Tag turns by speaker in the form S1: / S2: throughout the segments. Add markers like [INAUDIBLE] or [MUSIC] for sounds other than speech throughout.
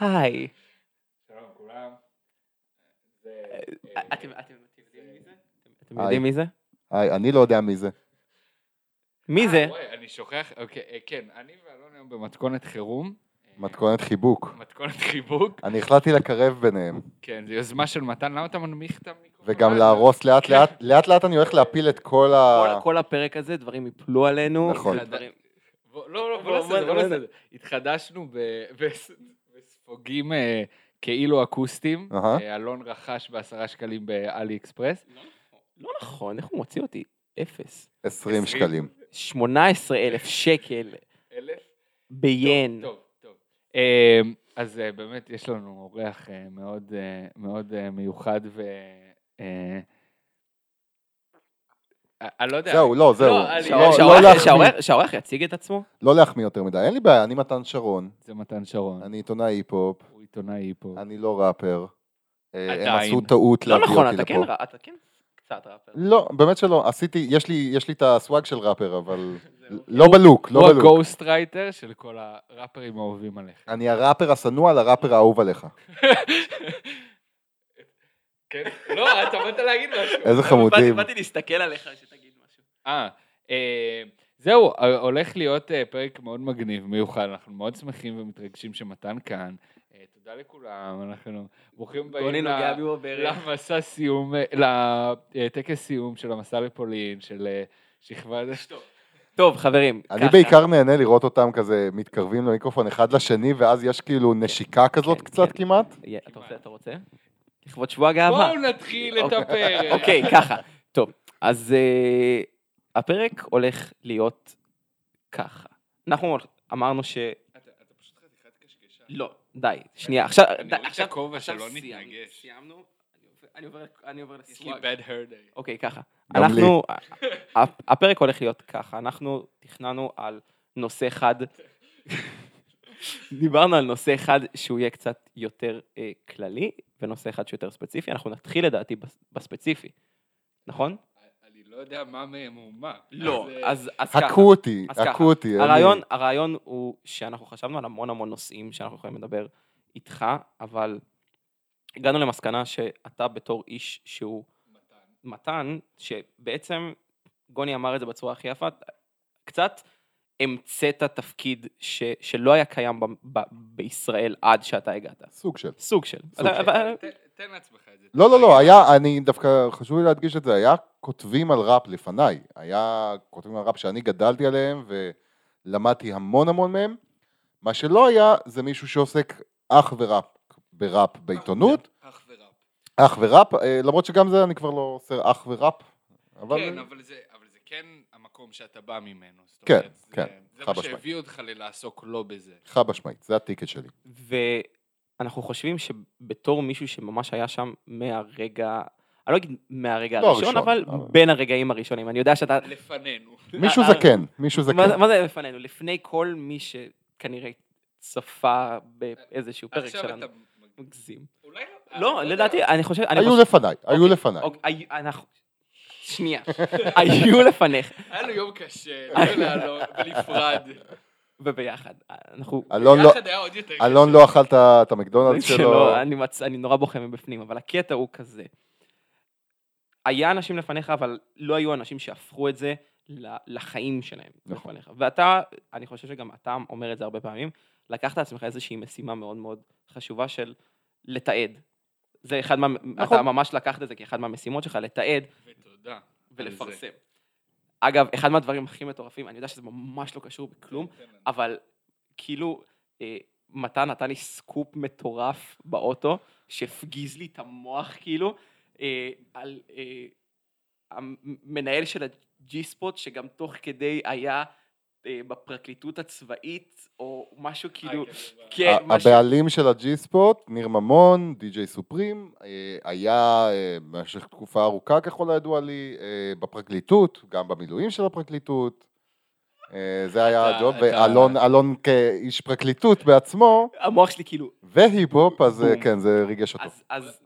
S1: היי.
S2: שלום כולם. זה...
S1: אתם אה, אתם- אתם יודעים מי זה? אתם
S3: היי.
S1: יודעים מי זה?
S3: היי, אני לא יודע מי זה.
S1: אה. מי זה?
S2: אה, וואי, אני שוכח, אוקיי, אה, כן, אני ואלון היום במתכונת חירום. אה,
S3: מתכונת חיבוק.
S2: מתכונת חיבוק.
S3: אני החלטתי לקרב ביניהם,
S2: כן, זו יוזמה של מתן, למה אתה מנמיך את המיקרופון?
S3: וגם להרוס לאט לאט, לאט לאט אני הולך להפיל את כל ה...
S1: אה. כן. כל- כל הפרק הזה, דברים יפלו עלינו.
S3: אה. נכון.
S1: זה דברים-
S2: בוא- לא, לא, בוא
S1: בוא,
S2: נעשה את
S1: בוא
S2: זה, בוא נעשה
S1: נעשה.
S2: את זה. התחדשנו ב- בס- בספוגים אה, כאילו אקוסטיים.
S3: אהה.
S2: אה, אלון רכש בעשרה שקלים באלי אקספרס.
S1: לא נכון, איך הוא מוציא אותי? אפס.
S3: 20 שקלים.
S1: 18,000 שקל
S2: אלף?
S1: ביין.
S2: טוב, טוב. אה, אז אה, באמת יש לנו אורח אה, מאוד אה, מאוד אה, מיוחד ו... אה, אה, אני לא יודע.
S3: זהו, לא, זהו.
S2: לא, אני-
S3: לא-
S1: שהאורח-
S3: לא להחמיא-
S1: שהאורח- שהאורח יציג את עצמו?
S3: לא להחמיא יותר מדי, אין לי בעיה, אני מתן שרון,
S2: זה מתן שרון.
S3: אני עיתונאי היפ-הופ,
S2: הוא עיתונאי היפו.
S3: אני לא ראפר. אה, הם
S2: עדיין.
S3: עשו טעות
S1: לא
S3: להביא
S1: נכון,
S3: אותי
S1: אתה כן
S3: לפה.
S1: ר- אתה כן קצת ראפר.
S3: לא, באמת שלא, עשיתי, יש לי, יש לי את הסוואג של ראפר, אבל לא בלוק, לא
S2: הוא
S3: בלוק.
S2: הגוסט רייטר של כל הראפרים האהובים עליך.
S3: אני הראפר השנוא על הראפר האהוב עליך.
S2: כן? לא, אתה באת להגיד משהו.
S1: [LAUGHS]
S3: איזה חמודים.
S1: באתי להסתכל עליך שתגיד משהו.
S2: אה, אה, זהו, אה, הולך להיות אה, פרק מאוד מגניב, מיוחד, אנחנו מאוד שמחים ומתרגשים שמתן כאן. אה, תודה לכולם, אנחנו ברוכים
S1: גוני
S2: באים ל-
S1: נוגע בי בברך.
S2: למסע סיום, אה, לטקס סיום של המסע לפולין, של אה, שכבת...
S1: טוב, חברים.
S3: אני
S1: ככה.
S3: בעיקר נהנה לראות אותם כזה מתקרבים למיקרופון אחד לשני, ואז יש כאילו נשיקה כזאת
S1: כן,
S3: קצת
S1: כן.
S3: כמעט.
S1: יה- אתה רוצה? אתה רוצה? לכבוד שבוע הגאווה.
S2: בואו נתחיל את
S1: אוקיי.
S2: הפרק.
S1: אוקיי, ככה. טוב, אז אה, הפרק הולך להיות ככה. אנחנו אמרנו ש...
S2: אתה אתה פשוט חתיכת קשקשה.
S1: לא, די, שנייה. עכשיו...
S2: אני
S1: די,
S2: אוריד את
S1: עכשיו-
S2: הכובע
S1: עכשיו
S2: שלא
S1: סיימנו,
S2: נתנגש.
S1: סיימנו. אני עובר- אני עובר- אני עובר
S2: יש לי
S1: לסוואג.
S2: bad hair day.
S1: אוקיי, ככה.
S3: גם
S1: אנחנו, אה, הפ- הפרק הולך להיות ככה, אנחנו תכננו על נושא אחד, דיברנו על נושא אחד שהוא יהיה קצת יותר אה, כללי, ונושא אחד שיותר ספציפי, אנחנו נתחיל לדעתי בס- בספציפי, נכון?
S2: אני לא יודע מה מהם הוא מה.
S1: לא,
S2: אה,
S1: אז אז ככה.
S3: הכו אותי,
S1: אז ככה,
S3: הכו אותי. אין לי-
S1: הרעיון, הרעיון הוא שאנחנו חשבנו על המון המון נושאים שאנחנו יכולים לדבר איתך, אבל הגענו למסקנה שאתה בתור איש שהוא
S3: אוקיי.
S2: מתן.
S1: מתן, שבעצם, גוני אמר את זה בצורה הכי יפה, קצת המצאת תפקיד ש, שלא היה קיים ב, ב, בישראל עד שאתה הגעת.
S3: סוג של.
S1: סוג של.
S3: סוג
S1: אתה-
S3: של.
S1: אבל-
S2: תן- תן לעצמך את זה.
S3: לא, לא,
S1: אוקיי.
S3: לא, היה, אני דווקא, חשוב לי להדגיש את זה, היה כותבים על ראפ לפניי. היה כותבים על ראפ שאני גדלתי עליהם ולמדתי המון המון מהם. מה שלא היה, זה מישהו שעוסק אך וראפ, בראפ בעיתונות,
S2: אך וראפ.
S1: כן.
S3: אך וראפ, אה, למרות שגם זה אני כבר לא עושה אך וראפ. אבל...
S2: כן, אבל זה, אבל זה כן המקום שאתה בא ממנו. זאת
S3: כן,
S2: אומרת, זה-
S3: כן,
S2: זה מה
S3: חד משמעית.
S2: שהביא אותך ללעסוק לא בזה.
S3: חד משמעית, זה הטיקט שלי.
S1: ואנחנו חושבים שבתור מישהו שממש היה שם מהרגע, אני לא אגיד מהרגע
S3: לא
S1: הראשון,
S3: הראשון,
S1: אבל
S3: אבל-
S1: בין הרגעים הראשונים. אני יודע שאתה... [LAUGHS]
S2: לפנינו.
S3: מישהו
S1: אה, אה.
S3: זקן, מישהו
S1: מה,
S3: זקן.
S1: מה זה לפנינו? לפני כל מי שכנראה צפה באיזשהו פרק
S2: עכשיו
S1: שלנו.
S2: אתה...
S1: מגזים.
S2: אולי לא...
S1: לא,
S2: יודע.
S1: לדעתי, אני חושב... אני
S3: היו
S1: חושב-
S3: לפניי, היו
S1: אוקיי,
S3: לפניי.
S1: אוקיי, היו- אנחנו...
S3: [LAUGHS]
S1: שנייה. היו לפניך,
S2: היה לו יום קשה, לא
S1: [LAUGHS]
S2: לאלון, בנפרד.
S1: וביחד. אנחנו...
S3: אלון לא-
S2: ביחד היה עוד יותר קשה.
S3: אלון לא אכל את ה- את המקדונלדס
S1: [LAUGHS]
S3: שלו.
S1: שלא, לא, אני מצ- אני נורא בוכה מבפנים, אבל הקטע הוא כזה. היה אנשים לפניך, אבל לא היו אנשים שהפכו את זה ל- לחיים שלהם
S3: נכון.
S1: לפניך. ואתה, אני חושב שגם אתה אומר את זה הרבה פעמים, לקחת לעצמך איזושהי משימה מאוד מאוד חשובה של לתעד. זה אחד מה... אתה
S3: נכון.
S1: ממש לקחת את זה כאחד מהמשימות שלך, לתעד
S2: ותודה.
S1: ולפרסם. אגב, אחד מהדברים הכי מטורפים, אני יודע שזה ממש לא קשור בכלום, אבל כאילו, אה, מתן נתן לי סקופ מטורף באוטו, שהפגיז לי את המוח כאילו, אה, על אה, המנהל של הג'י ספוט, שגם תוך כדי היה אה, בפרקליטות הצבאית, או משהו כאילו, כן,
S3: ה-
S1: משהו,
S3: הבעלים של הג'י ספוט, ניר ממון, די.ג'יי סופרים, אה, היה אה, במשך תקופה ארוכה ככל הידוע לי, אה, בפרקליטות, גם במילואים של הפרקליטות. אה, זה היה
S2: אתה-
S3: הג'וב,
S2: אתה-
S3: ואלון אלון כאיש פרקליטות בעצמו,
S1: המוח שלי כאילו,
S3: והיפ-הופ, אז אה,
S1: בום.
S3: כן, זה ריגש אותו.
S1: אז, אז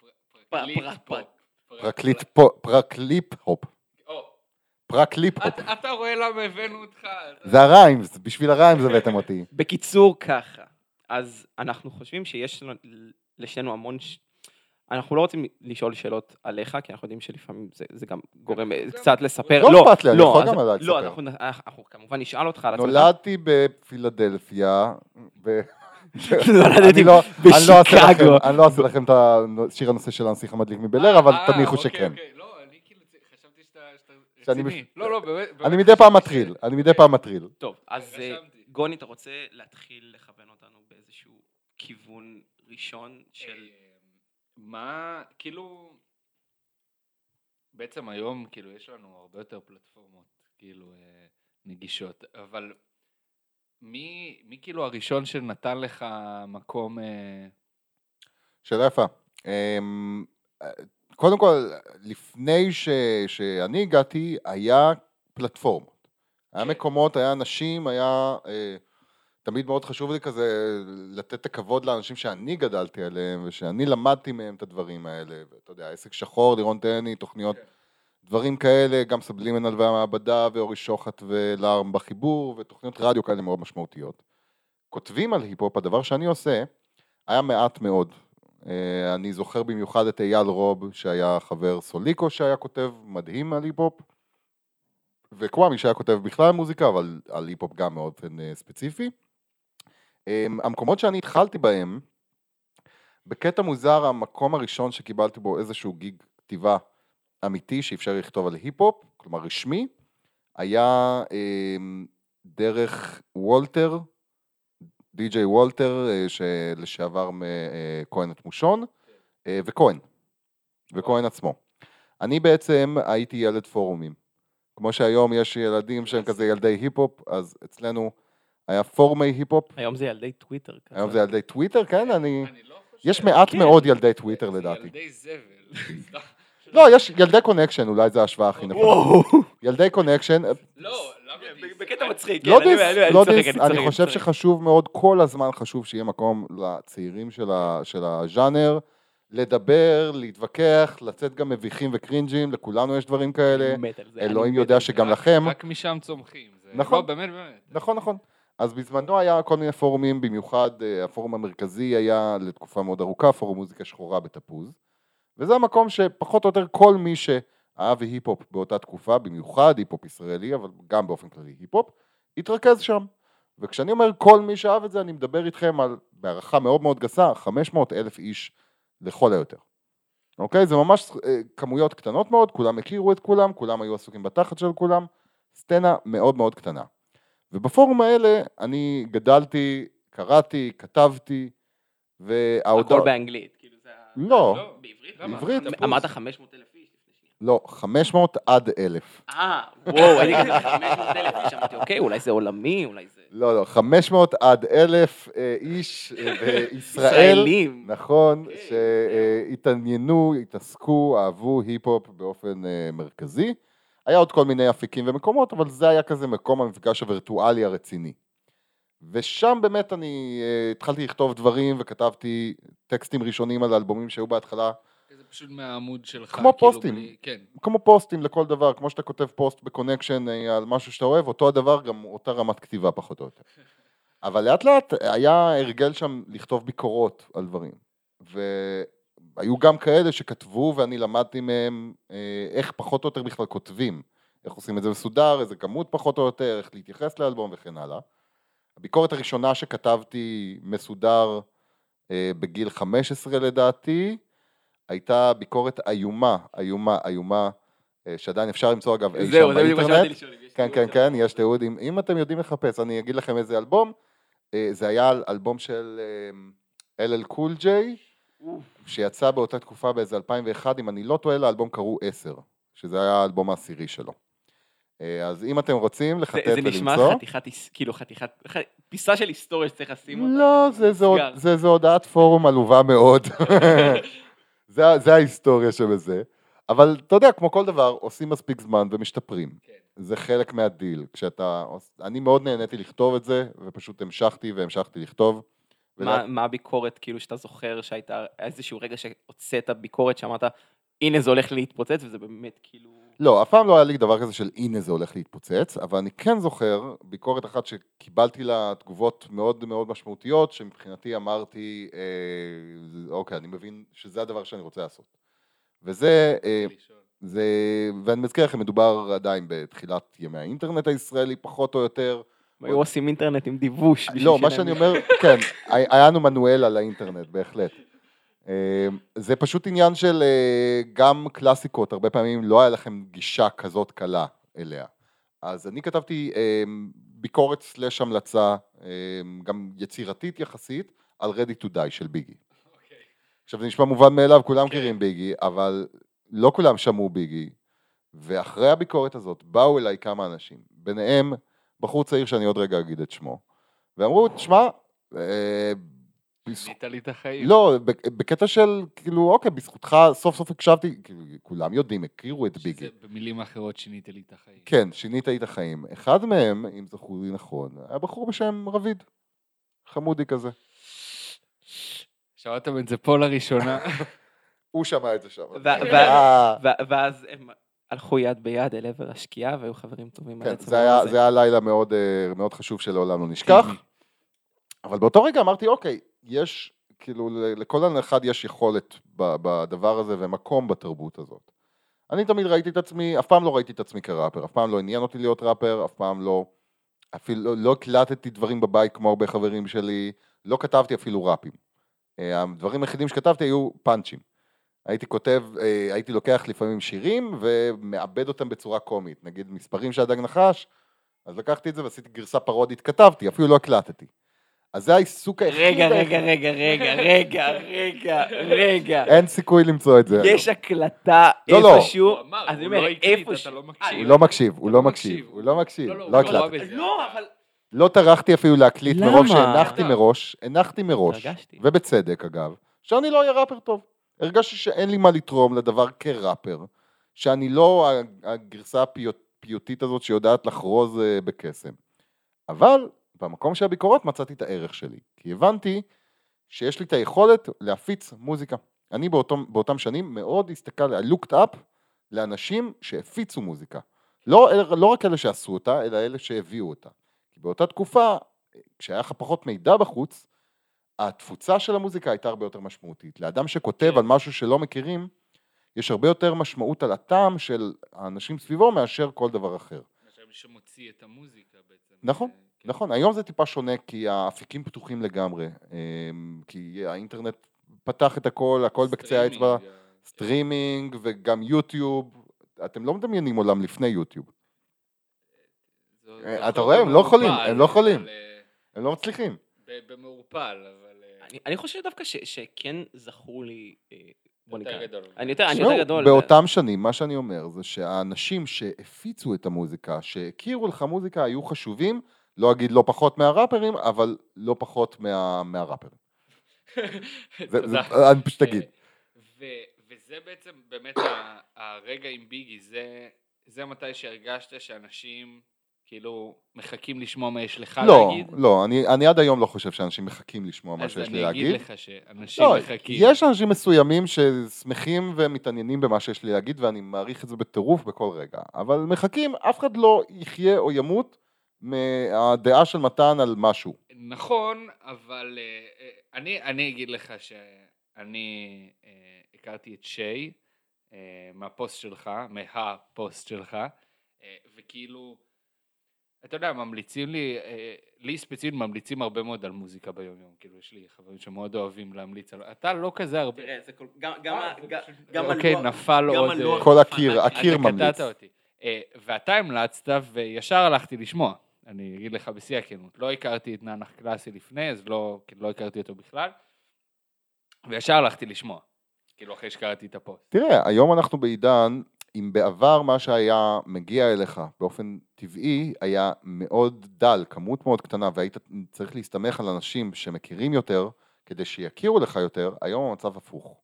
S1: פרק-
S2: פרקליט פה.
S1: פרק-
S3: פרקליט פו- פרקליפ-הופ.
S2: או,
S3: פרקליפ-הופ.
S2: אתה- אתה רואה למה הבאנו אותך?
S3: זה הריימס, בשביל הריימס הבאתם אותי.
S1: בקיצור ככה, אז אנחנו חושבים שיש לנו, לשנינו המון... ש... אנחנו לא רוצים לשאול שאלות עליך, כי אנחנו יודעים שלפעמים זה, זה גם גורם אה, קצת לספר.
S3: לא
S1: לא,
S3: אכפת לי, אני
S1: לא,
S3: יכול
S1: אז-
S3: גם עליי
S1: לא,
S3: לספר.
S1: אנחנו, אנחנו כמובן נשאל אותך על עצמך.
S3: נולדתי בפילדלפיה,
S2: [LAUGHS]
S3: ב-
S1: [LAUGHS] נולדתי
S3: אני לא- אני לא אעשה לכם-
S1: בשיקגו.
S3: אני לא אעשה לכם את השיר הנושא של הנסיך המדליק מבלר, אבל
S2: אה,
S3: תניחו
S2: אוקיי,
S3: שכן.
S2: אוקיי, לא, אני כאילו חשבתי שאתה שאתה
S3: שאני
S2: רציני.
S3: מש-
S2: לא, לא, באמת. באמת
S3: אני מדי פעם
S2: חשבתי ש-
S3: מטריל, אני מדי פעם מטריל.
S1: טוב, אז אה,
S2: רשמתי.
S1: גוני, אתה רוצה להתחיל לכוון אותנו באיזשהו כיוון ראשון של...
S2: מה, כאילו... בעצם היום, כאילו, יש לנו הרבה יותר פלטפורמות, כאילו, אה, נגישות, אבל מי, מי כאילו הראשון שנתן לך מקום... אה,
S3: שאלה יפה. אמ, קודם כל, לפני ש, שאני הגעתי, היה פלטפורמות. היה
S2: כן.
S3: מקומות, היה אנשים, היה... אה, תמיד מאוד חשוב לי כזה לתת את הכבוד לאנשים שאני גדלתי עליהם, ושאני למדתי מהם את הדברים האלה. ואתה יודע, עסק שחור, לירון טני, תוכניות,
S2: כן.
S3: דברים כאלה, גם סבלימנל והמעבדה, ואורי שוחט ולארם בחיבור, ותוכניות רדיו כאלה מאוד משמעותיות. כותבים על היפ-הופ, הדבר שאני עושה, היה מעט מאוד. אה, אני זוכר במיוחד את אייל רוב, שהיה חבר סוליקו שהיה כותב מדהים על היפ-הופ, וקוואמי שהיה כותב בכלל מוזיקה, אבל על היפ-הופ גם באופן אה, ספציפי. אה, המקומות שאני התחלתי בהם, בקטע מוזר, המקום הראשון שקיבלתי בו איזשהו גיג כתיבה אמיתי שאפשר לכתוב על היפ-הופ, כלומר רשמי, היה אה, דרך וולטר, די.ג'יי וולטר, אה, שלשעבר מכהן התמושון, אה, וכהן, וכהן עצמו. אני בעצם הייתי ילד פורומים. כמו שהיום יש ילדים שהם כזה ילדי היפ-הופ, אז אצלנו היה פורומי היפ-הופ,
S1: היום זה ילדי טוויטר. כזה.
S3: היום זה ילדי טוויטר, כן, אני...
S2: אני לא חושב...
S3: יש מעט
S1: כן.
S3: מאוד ילדי טוויטר
S2: זה
S3: לדעתי.
S2: ילדי [LAUGHS] זבל. סתם.
S3: לא, יש ילדי קונקשן, אולי זו ההשוואה הכי נכונה.
S1: וואו.
S3: ילדי קונקשן, אה,
S2: לא, למה דיס?
S1: בקטע מצחיק.
S3: לא
S1: כן, אני-
S3: דיס,
S1: אני- אני
S3: לא
S1: צוחק,
S3: דיס, אני
S1: צוחק,
S3: חושב
S1: צוחק.
S3: שחשוב מאוד, כל הזמן חשוב שיהיה מקום לצעירים של ה- של הז'אנר, לדבר, להתווכח, לצאת גם מביכים וקרינג'ים, לכולנו יש דברים כאלה,
S1: אני מת על זה, אני
S3: אלוהים
S1: מת
S3: יודע
S1: על זה.
S3: שגם
S2: רק-
S3: לכם.
S2: רק משם צומחים. זה-
S3: נכון.
S2: לא, באמת, באמת.
S3: נכון, נכון. אז בזמנו היה כל מיני פורומים, במיוחד אה, הפורום המרכזי היה לתקופה מאוד ארוכה, פורום מוזיקה שחורה בתפוז. וזה המקום שפחות או יותר כל מי שאהב היפ-הופ באותה תקופה, במיוחד היפ-הופ ישראלי, אבל גם באופן כללי היפ-הופ, התרכז שם. וכשאני אומר כל מי שאהב את זה, אני מדבר איתכם על, בהערכה מאוד מאוד גסה, 500 אלף איש לכל היותר. אוקיי? זה ממש אה, כמויות קטנות מאוד, כולם הכירו את כולם, כולם היו עסוקים בתחת של כולם, סצנה מאוד מאוד קטנה. ובפורום האלה אני גדלתי, קראתי, כתבתי, וההודעות...
S1: הכל באנגלית. כאילו, זה ה-
S3: לא.
S2: לא.
S1: בעברית?
S2: למה?
S3: בעברית.
S1: אמרת 500 אלף איש לפני שנייה.
S3: לא, 500 עד 1,000.
S1: אה, וואו, אני כזה 500 אלף איש, אמרתי, אוקיי, אולי זה עולמי, אולי זה...
S3: לא, לא, 500 עד 1,000 אה, איש אה, בישראל,
S1: ישראלים.
S3: נכון,
S1: אוקיי,
S3: שהתעניינו, התעסקו, אהבו היפ-הופ באופן אה, מרכזי. היה עוד כל מיני אפיקים ומקומות, אבל זה היה כזה מקום המפגש הווירטואלי הרציני. ושם באמת אני אה, התחלתי לכתוב דברים וכתבתי טקסטים ראשונים על אלבומים שהיו בהתחלה
S2: זה פשוט מהעמוד שלך.
S3: כמו
S2: כאילו,
S3: פוסטים. אה,
S2: בלי- כן.
S3: כמו פוסטים לכל דבר, כמו שאתה כותב פוסט בקונקשן אה, על משהו שאתה אוהב, אותו הדבר, גם אותה רמת כתיבה פחות או יותר. אבל לאט לאט היה הרגל שם לכתוב ביקורות על דברים. והיו גם כאלה שכתבו ואני למדתי מהם אה, איך פחות או יותר בכלל כותבים. איך עושים את זה מסודר, איזה כמות פחות או יותר, איך להתייחס לאלבום וכן הלאה. הביקורת הראשונה שכתבתי מסודר אה, בגיל 15 לדעתי, הייתה ביקורת איומה, איומה, איומה, אה, שעדיין אפשר למצוא אגב אי שם
S1: זהו, זה בדיוק מה שרציתי
S3: באינטרנט.
S1: לשאול. אם יש
S3: כן, כן,
S1: תיעוד.
S3: כן, יש תיעוד. אם, אם אתם יודעים לחפש, אני אגיד לכם איזה אלבום. אה, זה היה על אלבום של אה, אל אל קול ג'יי,
S1: אוף.
S3: שיצא באותה תקופה באיזה 2001, אם אני לא טועה, לאלבום קראו 10, שזה היה האלבום העשירי שלו. אה, אז אם אתם רוצים לחטט
S1: זה
S3: ולמצוא...
S1: זה נשמע חתיכת, היס- כאילו חתיכת, ח- פיסה של היסטוריה שצריך לשים אותה.
S3: לא,
S1: כאילו,
S3: זה- זה עוד-
S1: נסגר.
S3: זה- זה הודעת פורום עלובה
S1: [LAUGHS]
S3: מאוד. זה ה- זה ההיסטוריה שבזה. אבל אתה יודע, כמו כל דבר, עושים מספיק זמן ומשתפרים.
S2: כן.
S3: זה חלק מהדיל. כשאתה... עוש- אני מאוד נהניתי לכתוב את זה, ופשוט המשכתי והמשכתי לכתוב. לא.
S1: מה- מה הביקורת, כאילו, שאתה זוכר שהייתה איזשהו רגע שהוצאת ביקורת, שאמרת, הנה זה הולך להתפוצץ, וזה באמת כאילו...
S3: לא, אף פעם לא היה לי דבר כזה של הנה זה הולך להתפוצץ, אבל אני כן זוכר ביקורת אחת שקיבלתי לה תגובות מאוד מאוד משמעותיות, שמבחינתי אמרתי, אה, אוקיי, אני מבין שזה הדבר שאני רוצה לעשות. וזה, אה, זה, ואני מזכיר לכם, מדובר עדיין בתחילת ימי האינטרנט הישראלי, פחות או יותר.
S1: הם היו עושים אינטרנט עם דיווש. בשביל
S3: לא, מה
S1: שלהם-
S3: שאני אומר, כן, היה היה לנו מנואל על האינטרנט, בהחלט. אה, זה פשוט עניין של אה, גם קלאסיקות, הרבה פעמים לא היה לכם גישה כזאת קלה אליה. אז אני כתבתי אה, ביקורת סלאש המלצה, אה, גם יצירתית יחסית, על Ready to Die של ביגי. עכשיו זה נשמע מובן מאליו, כולם מכירים ביגי, אבל לא כולם שמעו ביגי, ואחרי הביקורת הזאת באו אליי כמה אנשים, ביניהם בחור צעיר שאני עוד רגע אגיד את שמו, ואמרו, תשמע, אה, בזכות-
S2: עשית לי את החיים.
S3: לא, בק- בקטע של, כאילו, אוקיי, בזכותך סוף סוף הקשבתי, כאילו, כולם יודעים, הכירו את ביגי.
S2: שזה במילים אחרות שינית לי את החיים.
S3: כן, שינית לי את החיים. אחד מהם, אם זכור לי נכון, היה בחור בשם רביד. חמודי כזה.
S2: שמעתם את זה פה
S3: [LAUGHS]
S2: לראשונה. [LAUGHS]
S3: הוא שמע את זה שם.
S1: ו- ו-
S3: אה,
S1: ו- ואז הם הלכו יד ביד אל עבר השקיעה, והיו חברים טובים על
S3: כן,
S1: עצמם.
S3: זה היה- זה היה לילה מאוד, אה, מאוד חשוב שלעולם לא נשכח. אבל באותו רגע אמרתי, אוקיי, יש, כאילו, ל- לכל אחד יש יכולת ב- בדבר הזה ומקום בתרבות הזאת. אני תמיד ראיתי את עצמי, אף פעם לא ראיתי את עצמי כראפר, אף פעם לא עניין אותי להיות ראפר, אף פעם לא, אפילו לא- לא הקלטתי דברים בבית כמו הרבה חברים שלי, לא כתבתי אפילו ראפים. אה, הדברים היחידים שכתבתי היו פאנצ'ים. הייתי כותב, אה, הייתי לוקח לפעמים שירים ומעבד אותם בצורה קומית, נגיד מספרים של הדג נחש, אז לקחתי את זה ועשיתי גרסה פרודית, כתבתי, אפילו לא הקלטתי. אז זה העיסוק היחיד,
S1: רגע, רגע, רגע, רגע, רגע, רגע,
S3: [LAUGHS]
S1: רגע.
S3: אין סיכוי למצוא את זה.
S1: יש הקלטה
S3: לא, לא.
S1: איפשהו.
S2: הוא אמר,
S1: אז אני
S2: הוא
S1: אומר,
S2: לא הקליט,
S1: איפשהו-
S2: אתה לא
S1: אה,
S2: מקשיב.
S3: הוא לא מקשיב, הוא
S2: אתה לא
S3: לא מקשיב,
S2: מקשיב.
S3: הוא לא מקשיב,
S2: לא, הוא
S3: לא
S2: לא ראה
S3: הקלטתי.
S2: בזה.
S1: לא, אבל...
S3: לא טרחתי אפילו להקליט
S1: למה?
S3: מרוב שהנחתי
S2: למה? לא.
S3: מראש, הנחתי מראש,
S1: התרגשתי.
S3: ובצדק אגב, שאני לא אהיה ראפר טוב. הרגשתי שאין לי מה לתרום לדבר כראפר, שאני לא ה- הגרסה הפיוטית הזאת שיודעת לחרוז אה, בקסם. אבל במקום של הביקורות מצאתי את הערך שלי, כי הבנתי שיש לי את היכולת להפיץ מוזיקה. אני באותם, באותם שנים מאוד הסתכל, I looked up לאנשים שהפיצו מוזיקה. לא, לא רק אלה שעשו אותה, אלא אלה שהביאו אותה. כי באותה תקופה, כשהיה לך פחות מידע בחוץ, התפוצה של המוזיקה הייתה הרבה יותר משמעותית. לאדם שכותב
S2: כן.
S3: על משהו שלא מכירים, יש הרבה יותר משמעות על הטעם של האנשים סביבו מאשר כל דבר אחר.
S2: עכשיו מי שמוציא את המוזיקה בעצם.
S3: נכון,
S2: אה, כן.
S3: נכון, היום זה טיפה שונה כי האפיקים פתוחים לגמרי, אמ, כי האינטרנט פתח את הכל, הכל בקצה
S2: סטרימינג,
S3: האצבע,
S2: אה,
S3: סטרימינג וגם יוטיוב, אתם לא מדמיינים עולם לפני יוטיוב,
S2: זו-
S3: אה,
S2: זו
S3: אתה רואה, הם לא
S2: במעורפל,
S3: יכולים, הם לא יכולים.
S2: אבל, אה,
S3: הם לא מצליחים.
S2: ב- במעורפל, אבל... אה,
S1: אני- אני חושב דווקא ש- שכן זכו לי... אה, בוא
S2: יותר
S1: נקרא.
S2: אה, גדול.
S1: אני יותר, אני
S3: תשמעו,
S1: יותר גדול.
S3: באותם שנים, מה שאני אומר זה שהאנשים שהפיצו את המוזיקה, שהכירו לך מוזיקה, היו חשובים, לא אגיד לא פחות מהראפרים, אבל לא פחות מה- מהראפרים. זה-
S2: [LAUGHS] תודה.
S3: זה- אני פשוט אגיד.
S2: אה, ו- וזה בעצם באמת ה- הרגע עם ביגי, זה, זה מתי שהרגשת שאנשים כאילו מחכים לשמוע מה יש לך
S3: לא,
S2: להגיד?
S3: לא, אני, אני עד היום לא חושב שאנשים מחכים לשמוע מה
S2: אז
S3: שיש
S2: אני
S3: לי
S2: אגיד
S3: להגיד.
S2: לך שאנשים
S3: לא,
S2: מחכים.
S3: יש אנשים מסוימים ששמחים ומתעניינים במה שיש לי להגיד, ואני מעריך את זה בטירוף בכל רגע. אבל מחכים, אף אחד לא יחיה או ימות מהדעה של מתן על משהו.
S2: נכון, אבל אה, אה, אני, אני אגיד לך שאני אה, הכרתי את שיי אה, מהפוסט שלך, מהפוסט שלך, אה, וכאילו, אתה יודע, ממליצים לי, אה, לי ספציפית ממליצים הרבה מאוד על מוזיקה ביום-יום, כאילו יש לי חברים שמאוד אוהבים להמליץ על... אתה לא כזה הרבה...
S1: תראה, זה כל- גם- גם
S2: אה,
S1: ה-
S2: זה
S1: גם-
S2: פשוט-
S1: גם
S2: אוקיי,
S1: הלוח-
S2: נפל
S1: גם
S2: עוד...
S1: הלוח
S2: אה,
S3: כל הקיר,
S1: הפנאטי.
S3: הקיר
S2: אתה
S3: ממליץ.
S2: קטעת אותי. אה, ואתה המלצת, וישר הלכתי לשמוע. אני אגיד לך בשיא הכנות. לא הכרתי את ננח קלאסי לפני, אז לא, כאילו, לא הכרתי אותו בכלל. וישר הלכתי לשמוע. כאילו, אחרי שקראתי את הפוסט.
S3: תראה, היום אנחנו בעידן, אם בעבר מה שהיה מגיע אליך באופן טבעי היה מאוד דל, כמות מאוד קטנה, והיית צריך להסתמך על אנשים שמכירים יותר, כדי שיכירו לך יותר, היום המצב הפוך.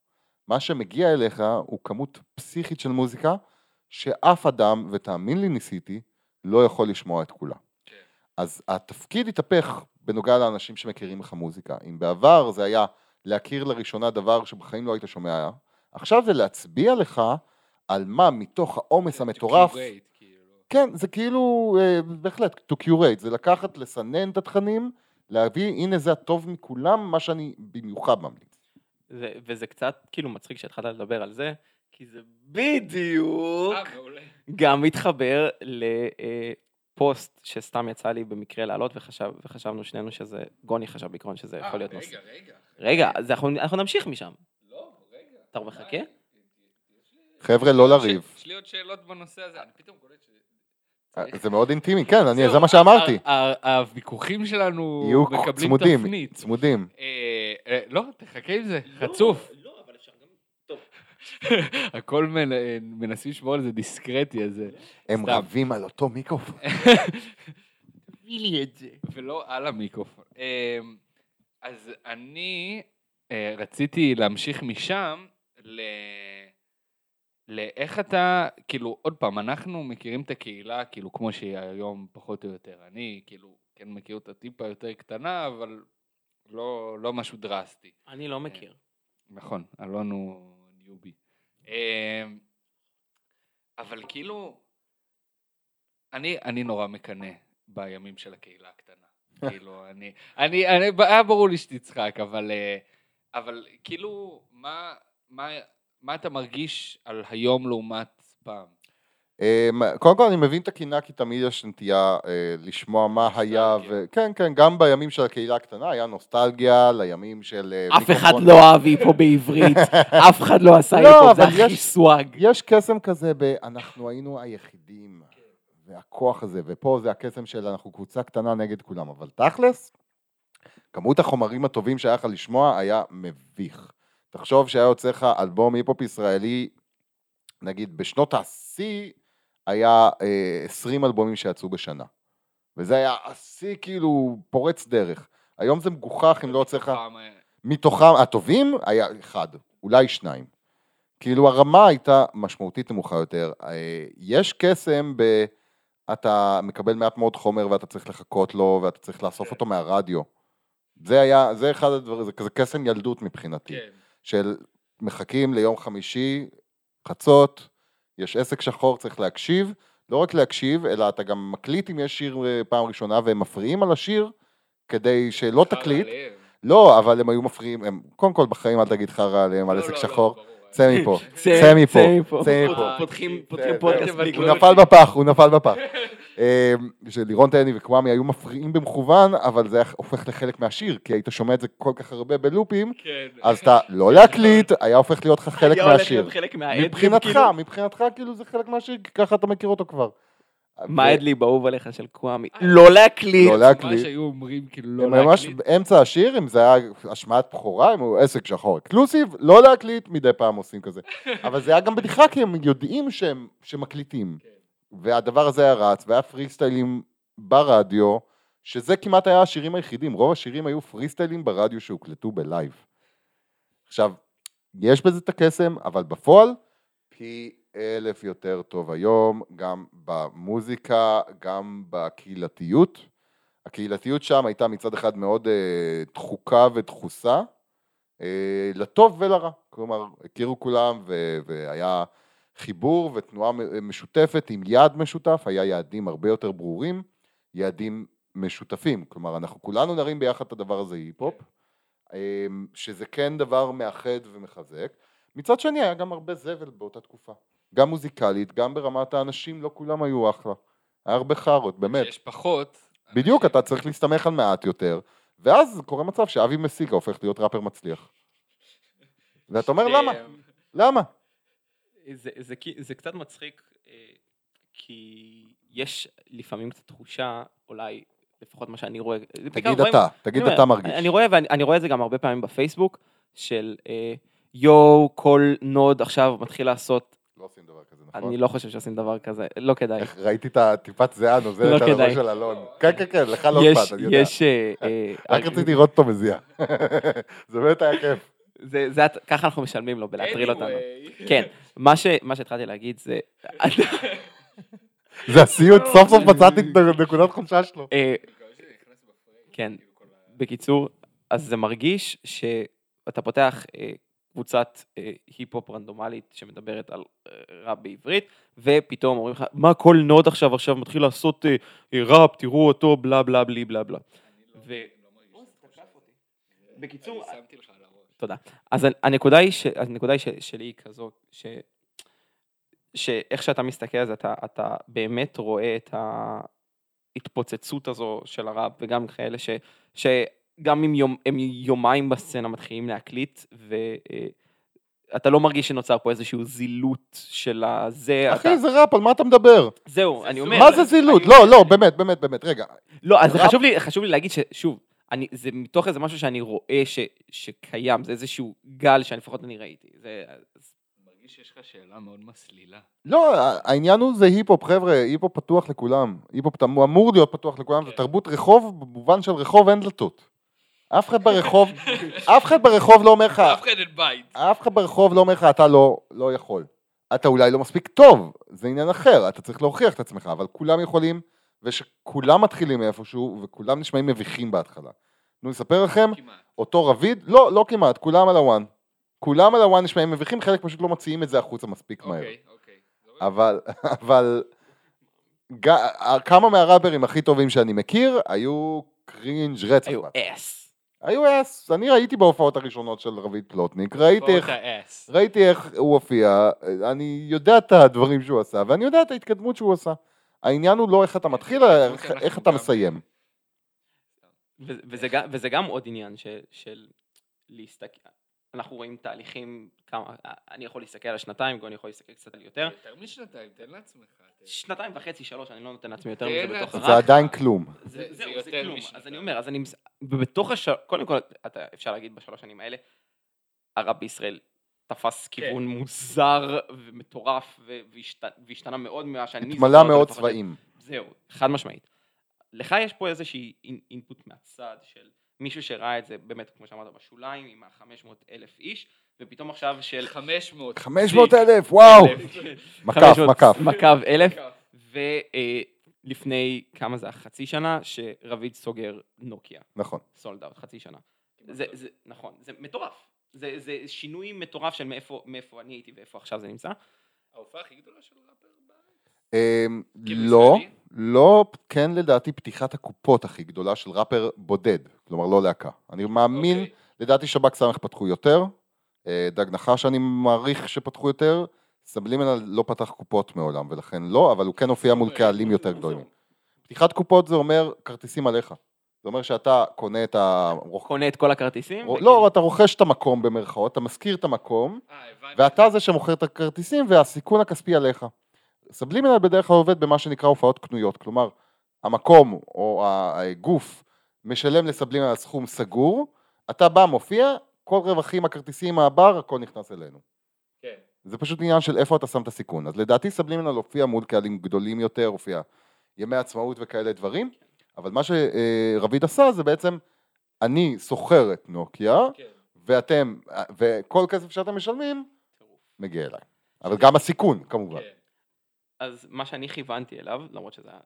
S3: מה שמגיע אליך הוא כמות פסיכית של מוזיקה, שאף אדם, ותאמין לי ניסיתי, לא יכול לשמוע את כולה.
S2: כן.
S3: אז התפקיד התהפך בנוגע לאנשים שמכירים לך מוזיקה. אם בעבר זה היה להכיר לראשונה דבר שבחיים לא היית שומע, עכשיו זה להצביע לך על מה מתוך העומס המטורף,
S2: כן, curate, כאילו.
S3: כן, זה כאילו, אה, בהחלט, to curate, זה לקחת, לסנן את התכנים, להביא, הנה זה הטוב מכולם, מה שאני במיוחד ממליץ.
S1: זה, וזה קצת כאילו מצחיק שהתחלת לדבר על זה, כי זה בדיוק
S2: אה, מעולה.
S1: גם מתחבר לפוסט שסתם יצא לי במקרה לעלות, וחשב, וחשבנו שנינו שזה, גוני חשב בעיקרון שזה
S2: אה,
S1: יכול להיות נושא.
S2: רגע, רגע.
S1: רגע, אז אנחנו, אנחנו נמשיך משם.
S2: לא, רגע.
S1: אתה מחכה?
S2: די.
S3: חבר'ה, לא לריב.
S2: יש לי עוד שאלות בנושא הזה, אני פתאום קולט ש...
S3: אה,
S2: צריך-
S3: זה מאוד אינטימי, כן, אני-
S2: זהו,
S3: זה מה שאמרתי.
S2: ה- ה- הוויכוחים שלנו
S3: יהיו
S2: מקבלים
S3: צמודים,
S2: תפנית.
S3: צמודים.
S2: אה, אה, לא, תחכה עם זה, חצוף.
S1: לא, אבל אפשר גם...
S2: הכל מנ- אה, מנסים לשמור על זה דיסקרטי, אז... אה,
S3: הם
S2: סתם.
S3: רבים על אותו מיקרופון.
S1: תביא לי את זה.
S2: ולא על המיקרופון. אה, אז אני אה, רציתי להמשיך משם ל... לאיך אתה, כאילו, עוד פעם, אנחנו מכירים את הקהילה, כאילו, כמו שהיא היום, פחות או יותר. אני, כאילו, כן מכיר אותה טיפה יותר קטנה, אבל לא, לא משהו דרסטי.
S1: אני לא מכיר.
S2: נכון, אלון הוא ניובי. אמ, אבל כאילו, אני, אני נורא מקנא בימים של הקהילה
S3: [LAUGHS]
S2: הקטנה. כאילו, אני, אני, אני, היה ברור לי שתצחק, אבל, אה, אבל כאילו, מה, מה, מה אתה מרגיש על היום לעומת פעם?
S3: אמ, קודם כל אני מבין את הקינה כי תמיד יש נטייה אה, לשמוע מה היה,
S2: נוסטלגיה.
S3: ו- כן כן, גם בימים של הקהילה הקטנה היה נוסטלגיה לימים של אה,
S1: אף אחד
S3: מיקרופון.
S1: לא אהבי פה בעברית, אף אחד לא עשה לי
S3: לא,
S1: פה, זה
S3: אבל
S1: הכי
S3: יש-
S1: סוואג.
S3: יש קסם כזה ב"אנחנו היינו היחידים", והכוח הזה, ופה זה הקסם של אנחנו קבוצה קטנה נגד כולם, אבל תכלס, כמות החומרים הטובים שהיה לך לשמוע היה מביך. תחשוב שהיה יוצא לך אלבום היפ-הופ ישראלי, נגיד בשנות השיא, היה אה, 20 אלבומים שיצאו בשנה. וזה היה השיא כאילו פורץ דרך. היום זה מגוחך אם לא יוצא לך...
S2: פעם, אה,
S3: מתוכם, הטובים היה אחד, אולי שניים. כאילו הרמה הייתה משמעותית נמוכה יותר. אה, יש קסם ב... אתה מקבל מעט מאוד חומר ואתה צריך לחכות לו ואתה צריך לאסוף אותו מהרדיו. זה היה, זה אחד הדברים, זה כזה קסם ילדות מבחינתי.
S2: כן.
S3: של מחכים ליום חמישי, חצות, יש עסק שחור, צריך להקשיב. לא רק להקשיב, אלא אתה גם מקליט אם יש שיר אה, פעם ראשונה והם מפריעים על השיר כדי שלא
S2: חרא
S3: תקליט.
S2: עליהם.
S3: לא, אבל הם היו מפריעים, הם, קודם כל בחיים אל תגיד חרא עליהם על
S2: לא,
S3: עסק
S2: לא, לא,
S3: שחור,
S2: ברור, אה.
S3: צא מפה, צא מפה, צא
S1: פות-
S3: מפה.
S1: פותחים
S3: זה-
S1: פותחים
S3: זה-
S1: פודקאסט
S2: זה-
S1: בלי
S3: הוא
S1: גבול.
S2: לא
S3: נפל בפח, הוא נפל בפח. אמ, שלירון טייני וקוואמי היו מפריעים במכוון, אבל זה היה הופך לחלק מהשיר, כי היית שומע את זה כל כך הרבה בלופים,
S2: כן.
S3: אז אתה לא להקליט, היה הופך להיות לך חלק
S1: היה הולך להיות
S3: מהשיר.
S1: חלק מהאדליב,
S3: מבחינתך,
S1: כאילו.
S3: מבחינתך כאילו זה חלק מהשיר, כי ככה אתה מכיר אותו כבר.
S1: מה
S3: ו-
S1: האדליב האהוב עליך של קוואמי? לא להקליט.
S3: לא
S2: מה
S3: להקליט.
S2: שהיו אומרים, כאילו, לא
S3: הם ממש
S2: להקליט.
S3: באמצע השיר, אם זה היה השמעת בכורה, אם הוא עסק שחור אקלוסיב, לא להקליט, מדי פעם עושים
S2: [LAUGHS]
S3: כזה. אבל זה היה גם בדיחה, כי הם יודעים שהם שמקליטים.
S2: כן.
S3: והדבר הזה היה רץ, והיה פרי סטיילים ברדיו, שזה כמעט היה השירים היחידים, רוב השירים היו פרי סטיילים ברדיו שהוקלטו בלייב. עכשיו, יש בזה את הקסם, אבל בפועל, פי אלף יותר טוב היום, גם במוזיקה, גם בקהילתיות. הקהילתיות שם הייתה מצד אחד מאוד אה, דחוקה ודחוסה, אה, לטוב ולרע. כלומר, הכירו כולם ו- והיה חיבור ותנועה מ- משותפת עם יעד משותף, היה יעדים הרבה יותר ברורים, יעדים משותפים. כלומר, אנחנו כולנו נרים ביחד את הדבר הזה היפ-הופ, אה, שזה כן דבר מאחד ומחזק. מצד שני, היה גם הרבה זבל באותה תקופה. גם מוזיקלית, גם ברמת האנשים, לא כולם היו אחלה. היה הרבה חארות, באמת.
S2: שיש פחות.
S3: בדיוק,
S2: אנשים-
S3: אתה צריך להסתמך על מעט יותר, ואז קורה מצב שאבי מסיקה הופך להיות ראפר מצליח. ואתה אומר, למה?
S2: אה,
S3: למה?
S1: זה, זה, כי- זה קצת מצחיק, אה, כי יש לפעמים קצת תחושה, אולי, לפחות מה שאני רואה, בעיקר
S3: תגיד
S1: רואים-
S3: אתה, תגיד
S1: אני
S3: אתה
S1: אומר,
S3: מרגיש.
S1: אני רואה, ואני אני רואה את זה גם הרבה פעמים בפייסבוק, של אה, יואו, כל נוד עכשיו מתחיל לעשות,
S3: לא עושים דבר כזה, נכון?
S1: אני לא חושב שעושים דבר כזה, לא כדאי.
S3: איך ראיתי את הטיפת זיעה
S1: לא
S3: נוזלת על
S1: כדאי.
S3: הראש של אלון. כן, כן, כן, לך לא
S1: יש,
S3: אכפת, אני יודע.
S1: יש, אה, אה,
S3: [LAUGHS] רק רציתי לראות אותו מזיע. [LAUGHS] זה באמת היה כיף.
S1: זה- זה הת- ככה אנחנו משלמים לו, בלהטריל אותנו.
S2: anyway. [LAUGHS]
S1: כן, מה ש- מה שהתחלתי להגיד זה,
S3: זה הסיוט, סוף סוף מצאתי את נקודת חולשה שלו.
S1: אה,
S2: אני מקווה שזה נכנס בפריים,
S1: כן.
S2: כאילו, כל ה-
S1: בקיצור, אז זה מרגיש שאתה פותח אה, קבוצת אה, היפ-הופ רנדומלית שמדברת על אה, ראפ בעברית, ופתאום אומרים לך, מה כל נוד עכשיו עכשיו מתחיל לעשות אה, אה, ראפ, תראו אותו, בלה בלה בלי בלה בלה. ו- בקיצור,
S2: אני שמתי לך על הראש.
S1: תודה. אז הנ- הנקודה היא, ש... הנקודה היא ש... שלי היא כזו, ש... שאיך שאתה מסתכל על זה, אתה, אתה באמת רואה את ההתפוצצות הזו של הראפ, וגם כאלה ש... שגם אם יום... הם יומיים בסצנה מתחילים להקליט, ו... אה, אתה לא מרגיש שנוצר פה איזשהו זילות של הזה, אה, אתה...
S3: אחי, זה ראפ, על מה אתה מדבר?
S1: זהו,
S2: זה
S1: אני
S2: זילות.
S1: אומר...
S3: מה זה זילות?
S1: אני-
S3: לא, לא, באמת, באמת, באמת, רגע.
S1: לא, אז
S3: ראפ-
S1: חשוב לי, חשוב לי להגיד ששוב, אני, זה מתוך איזה משהו שאני רואה ש, שקיים, זה איזשהו גל שלפחות אני ראיתי. זה, אז-
S2: אני מרגיש שיש לך שאלה מאוד מסלילה.
S3: לא, העניין הוא זה היפ-הופ, חבר'ה, היפ-הופ פתוח לכולם. היפ-הופ אתה- אמור להיות פתוח לכולם, זה
S2: כן.
S3: תרבות רחוב, במובן של רחוב אין דלתות. אף
S2: [LAUGHS]
S3: אחד ברחוב, אף אחד ברחוב לא אומר לך,
S2: אף אחד אין בית.
S3: אף אחד ברחוב לא אומר לך, אתה לא, לא יכול. אתה אולי לא מספיק טוב, זה עניין אחר, אתה צריך להוכיח את עצמך, אבל כולם יכולים, ושכולם מתחילים מאיפשהו, וכולם נשמעים מביכים בהתחלה. נו, נספר לכם,
S2: כמעט.
S3: אותו רביד, לא, לא כמעט, כולם על הוואן. כולם על הוואן נשמעים מביכים, חלק פשוט לא מוציאים את זה החוצה מספיק מהר.
S2: אוקיי, אוקיי.
S3: אבל, אבל ג, כמה מהראברים הכי טובים שאני מכיר היו קרינג' רצח.
S1: היו
S3: בהתחלה.
S1: אס.
S3: היו אס, אני ראיתי בהופעות הראשונות של רביד פלוטניק, ראיתי איך,
S2: איך...
S3: ראיתי איך הוא הופיע, אני יודע את הדברים שהוא עשה, ואני יודע את ההתקדמות שהוא עשה. העניין הוא לא איך אתה מתחיל, אלא איך, איך אתה מסיים.
S1: ו- וזה, גם, וזה גם עוד עניין ש, של להסתכל, אנחנו רואים תהליכים, כמה, אה, אני יכול להסתכל על שנתיים, גם אני יכול להסתכל קצת על יותר,
S2: יותר משנתיים, תן לעצמך. תן.
S1: שנתיים וחצי, שלוש, אני לא נותן לעצמי יותר מזה
S2: תן
S1: בתוך
S2: לעצמך.
S1: הרע.
S3: זה עדיין כלום.
S1: זה,
S2: כן, זה
S1: זה, זהו, זה
S2: יותר
S1: כלום.
S2: משנתיים.
S1: אז אני אומר, אז אני... מס- ובתוך הש... קודם כל, אתה, אפשר להגיד בשלוש שנים האלה, הרב בישראל תפס
S2: כן.
S1: כיוון מוזר ומטורף, ו- והשת... והשתנה מאוד ממה שאני... זוכר
S3: התמלא
S1: אותו
S3: מאוד
S1: לפחות.
S3: צבעים.
S1: זהו, חד משמעית. לך יש פה איזושהי אינ- אינפוט מהצד של מישהו שראה את זה באמת, כמו שאמרת, בשוליים, עם ה-500 אלף איש, ופתאום עכשיו של...
S2: 500.
S3: 500 אלף, וואו! מקף,
S1: 500
S3: מקף.
S2: כאילו,
S1: מקף אלף, ולפני, אה, כמה זה, חצי שנה, שרביד סוגר נוקיה.
S3: נכון.
S1: סולד אאוט, חצי שנה. זה,
S2: לא.
S1: זה, נכון, זה מטורף. זה, זה שינוי מטורף של מאיפה, מאיפה אני הייתי ואיפה עכשיו זה נמצא.
S2: ההופעה הכי גדולה של ראפר בארץ.
S3: אמ,
S2: כאילו
S3: לא,
S2: ישראלי?
S3: לא, כן לדעתי פתיחת הקופות הכי גדולה של ראפר בודד, כלומר לא להקה. אני מאמין,
S2: אוקיי.
S3: לדעתי שב"כ ס' פתחו יותר, אה, דג נחש אני מעריך שפתחו יותר, סבלימנל לא פתח קופות מעולם ולכן לא, אבל הוא כן הופיע מול
S2: אוקיי.
S3: קהלים יותר גדולים. פתיחת קופות זה אומר כרטיסים עליך, זה אומר שאתה קונה את ה... רוכ-
S1: קונה את כל הכרטיסים.
S3: רו-
S1: וכאילו-
S3: לא, אתה רוכש את המקום במרכאות, אתה משכיר את המקום,
S2: אה, הבנתי.
S3: ואתה זה שמוכר את הכרטיסים והסיכון הכספי עליך. סבלימינל בדרך כלל עובד במה שנקרא הופעות קנויות, כלומר המקום או ה- הגוף משלם לסבלימינל סכום סגור, אתה בא, מופיע, כל רווחים הכרטיסים מהבר, הכל נכנס אלינו.
S2: כן.
S3: זה פשוט עניין של איפה אתה שם את הסיכון. אז לדעתי סבלימינל הופיע מול קהלים גדולים יותר, הופיע ימי עצמאות וכאלה דברים, אבל מה שרביד עשה זה בעצם, אני סוחר את נוקיה,
S2: כן.
S3: ואתם, וכל כסף שאתם משלמים,
S1: טירוף.
S3: מגיע אליי. אבל גם הסיכון, כמובן.
S2: כן.
S1: אז מה שאני כיוונתי אליו, למרות שזה היה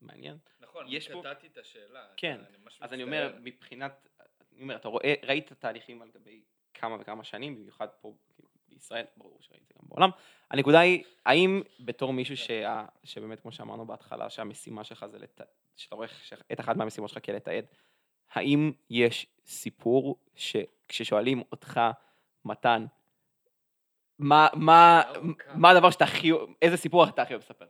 S1: מעניין,
S2: נכון,
S1: יש פה-
S2: קטעתי את השאלה.
S1: כן.
S2: אני ממש
S1: אז אני
S2: מצטער.
S1: אומר, מבחינת, אני אומר, אתה רואה, ראית תהליכים על גבי כמה וכמה שנים, במיוחד פה כאילו, בישראל, ברור שראית גם בעולם. הנקודה היא, האם בתור מישהו
S2: כן.
S1: שה, שבאמת, כמו שאמרנו בהתחלה, שהמשימה שלך זה לת... שאתה רואה ש- את אחת מהמשימות שלך כלתעד, האם יש סיפור שכששואלים אותך, מתן, מה, מה,
S2: ארוכה.
S1: מה הדבר שאתה הכי, איזה סיפור אתה הכי אוהב לספר?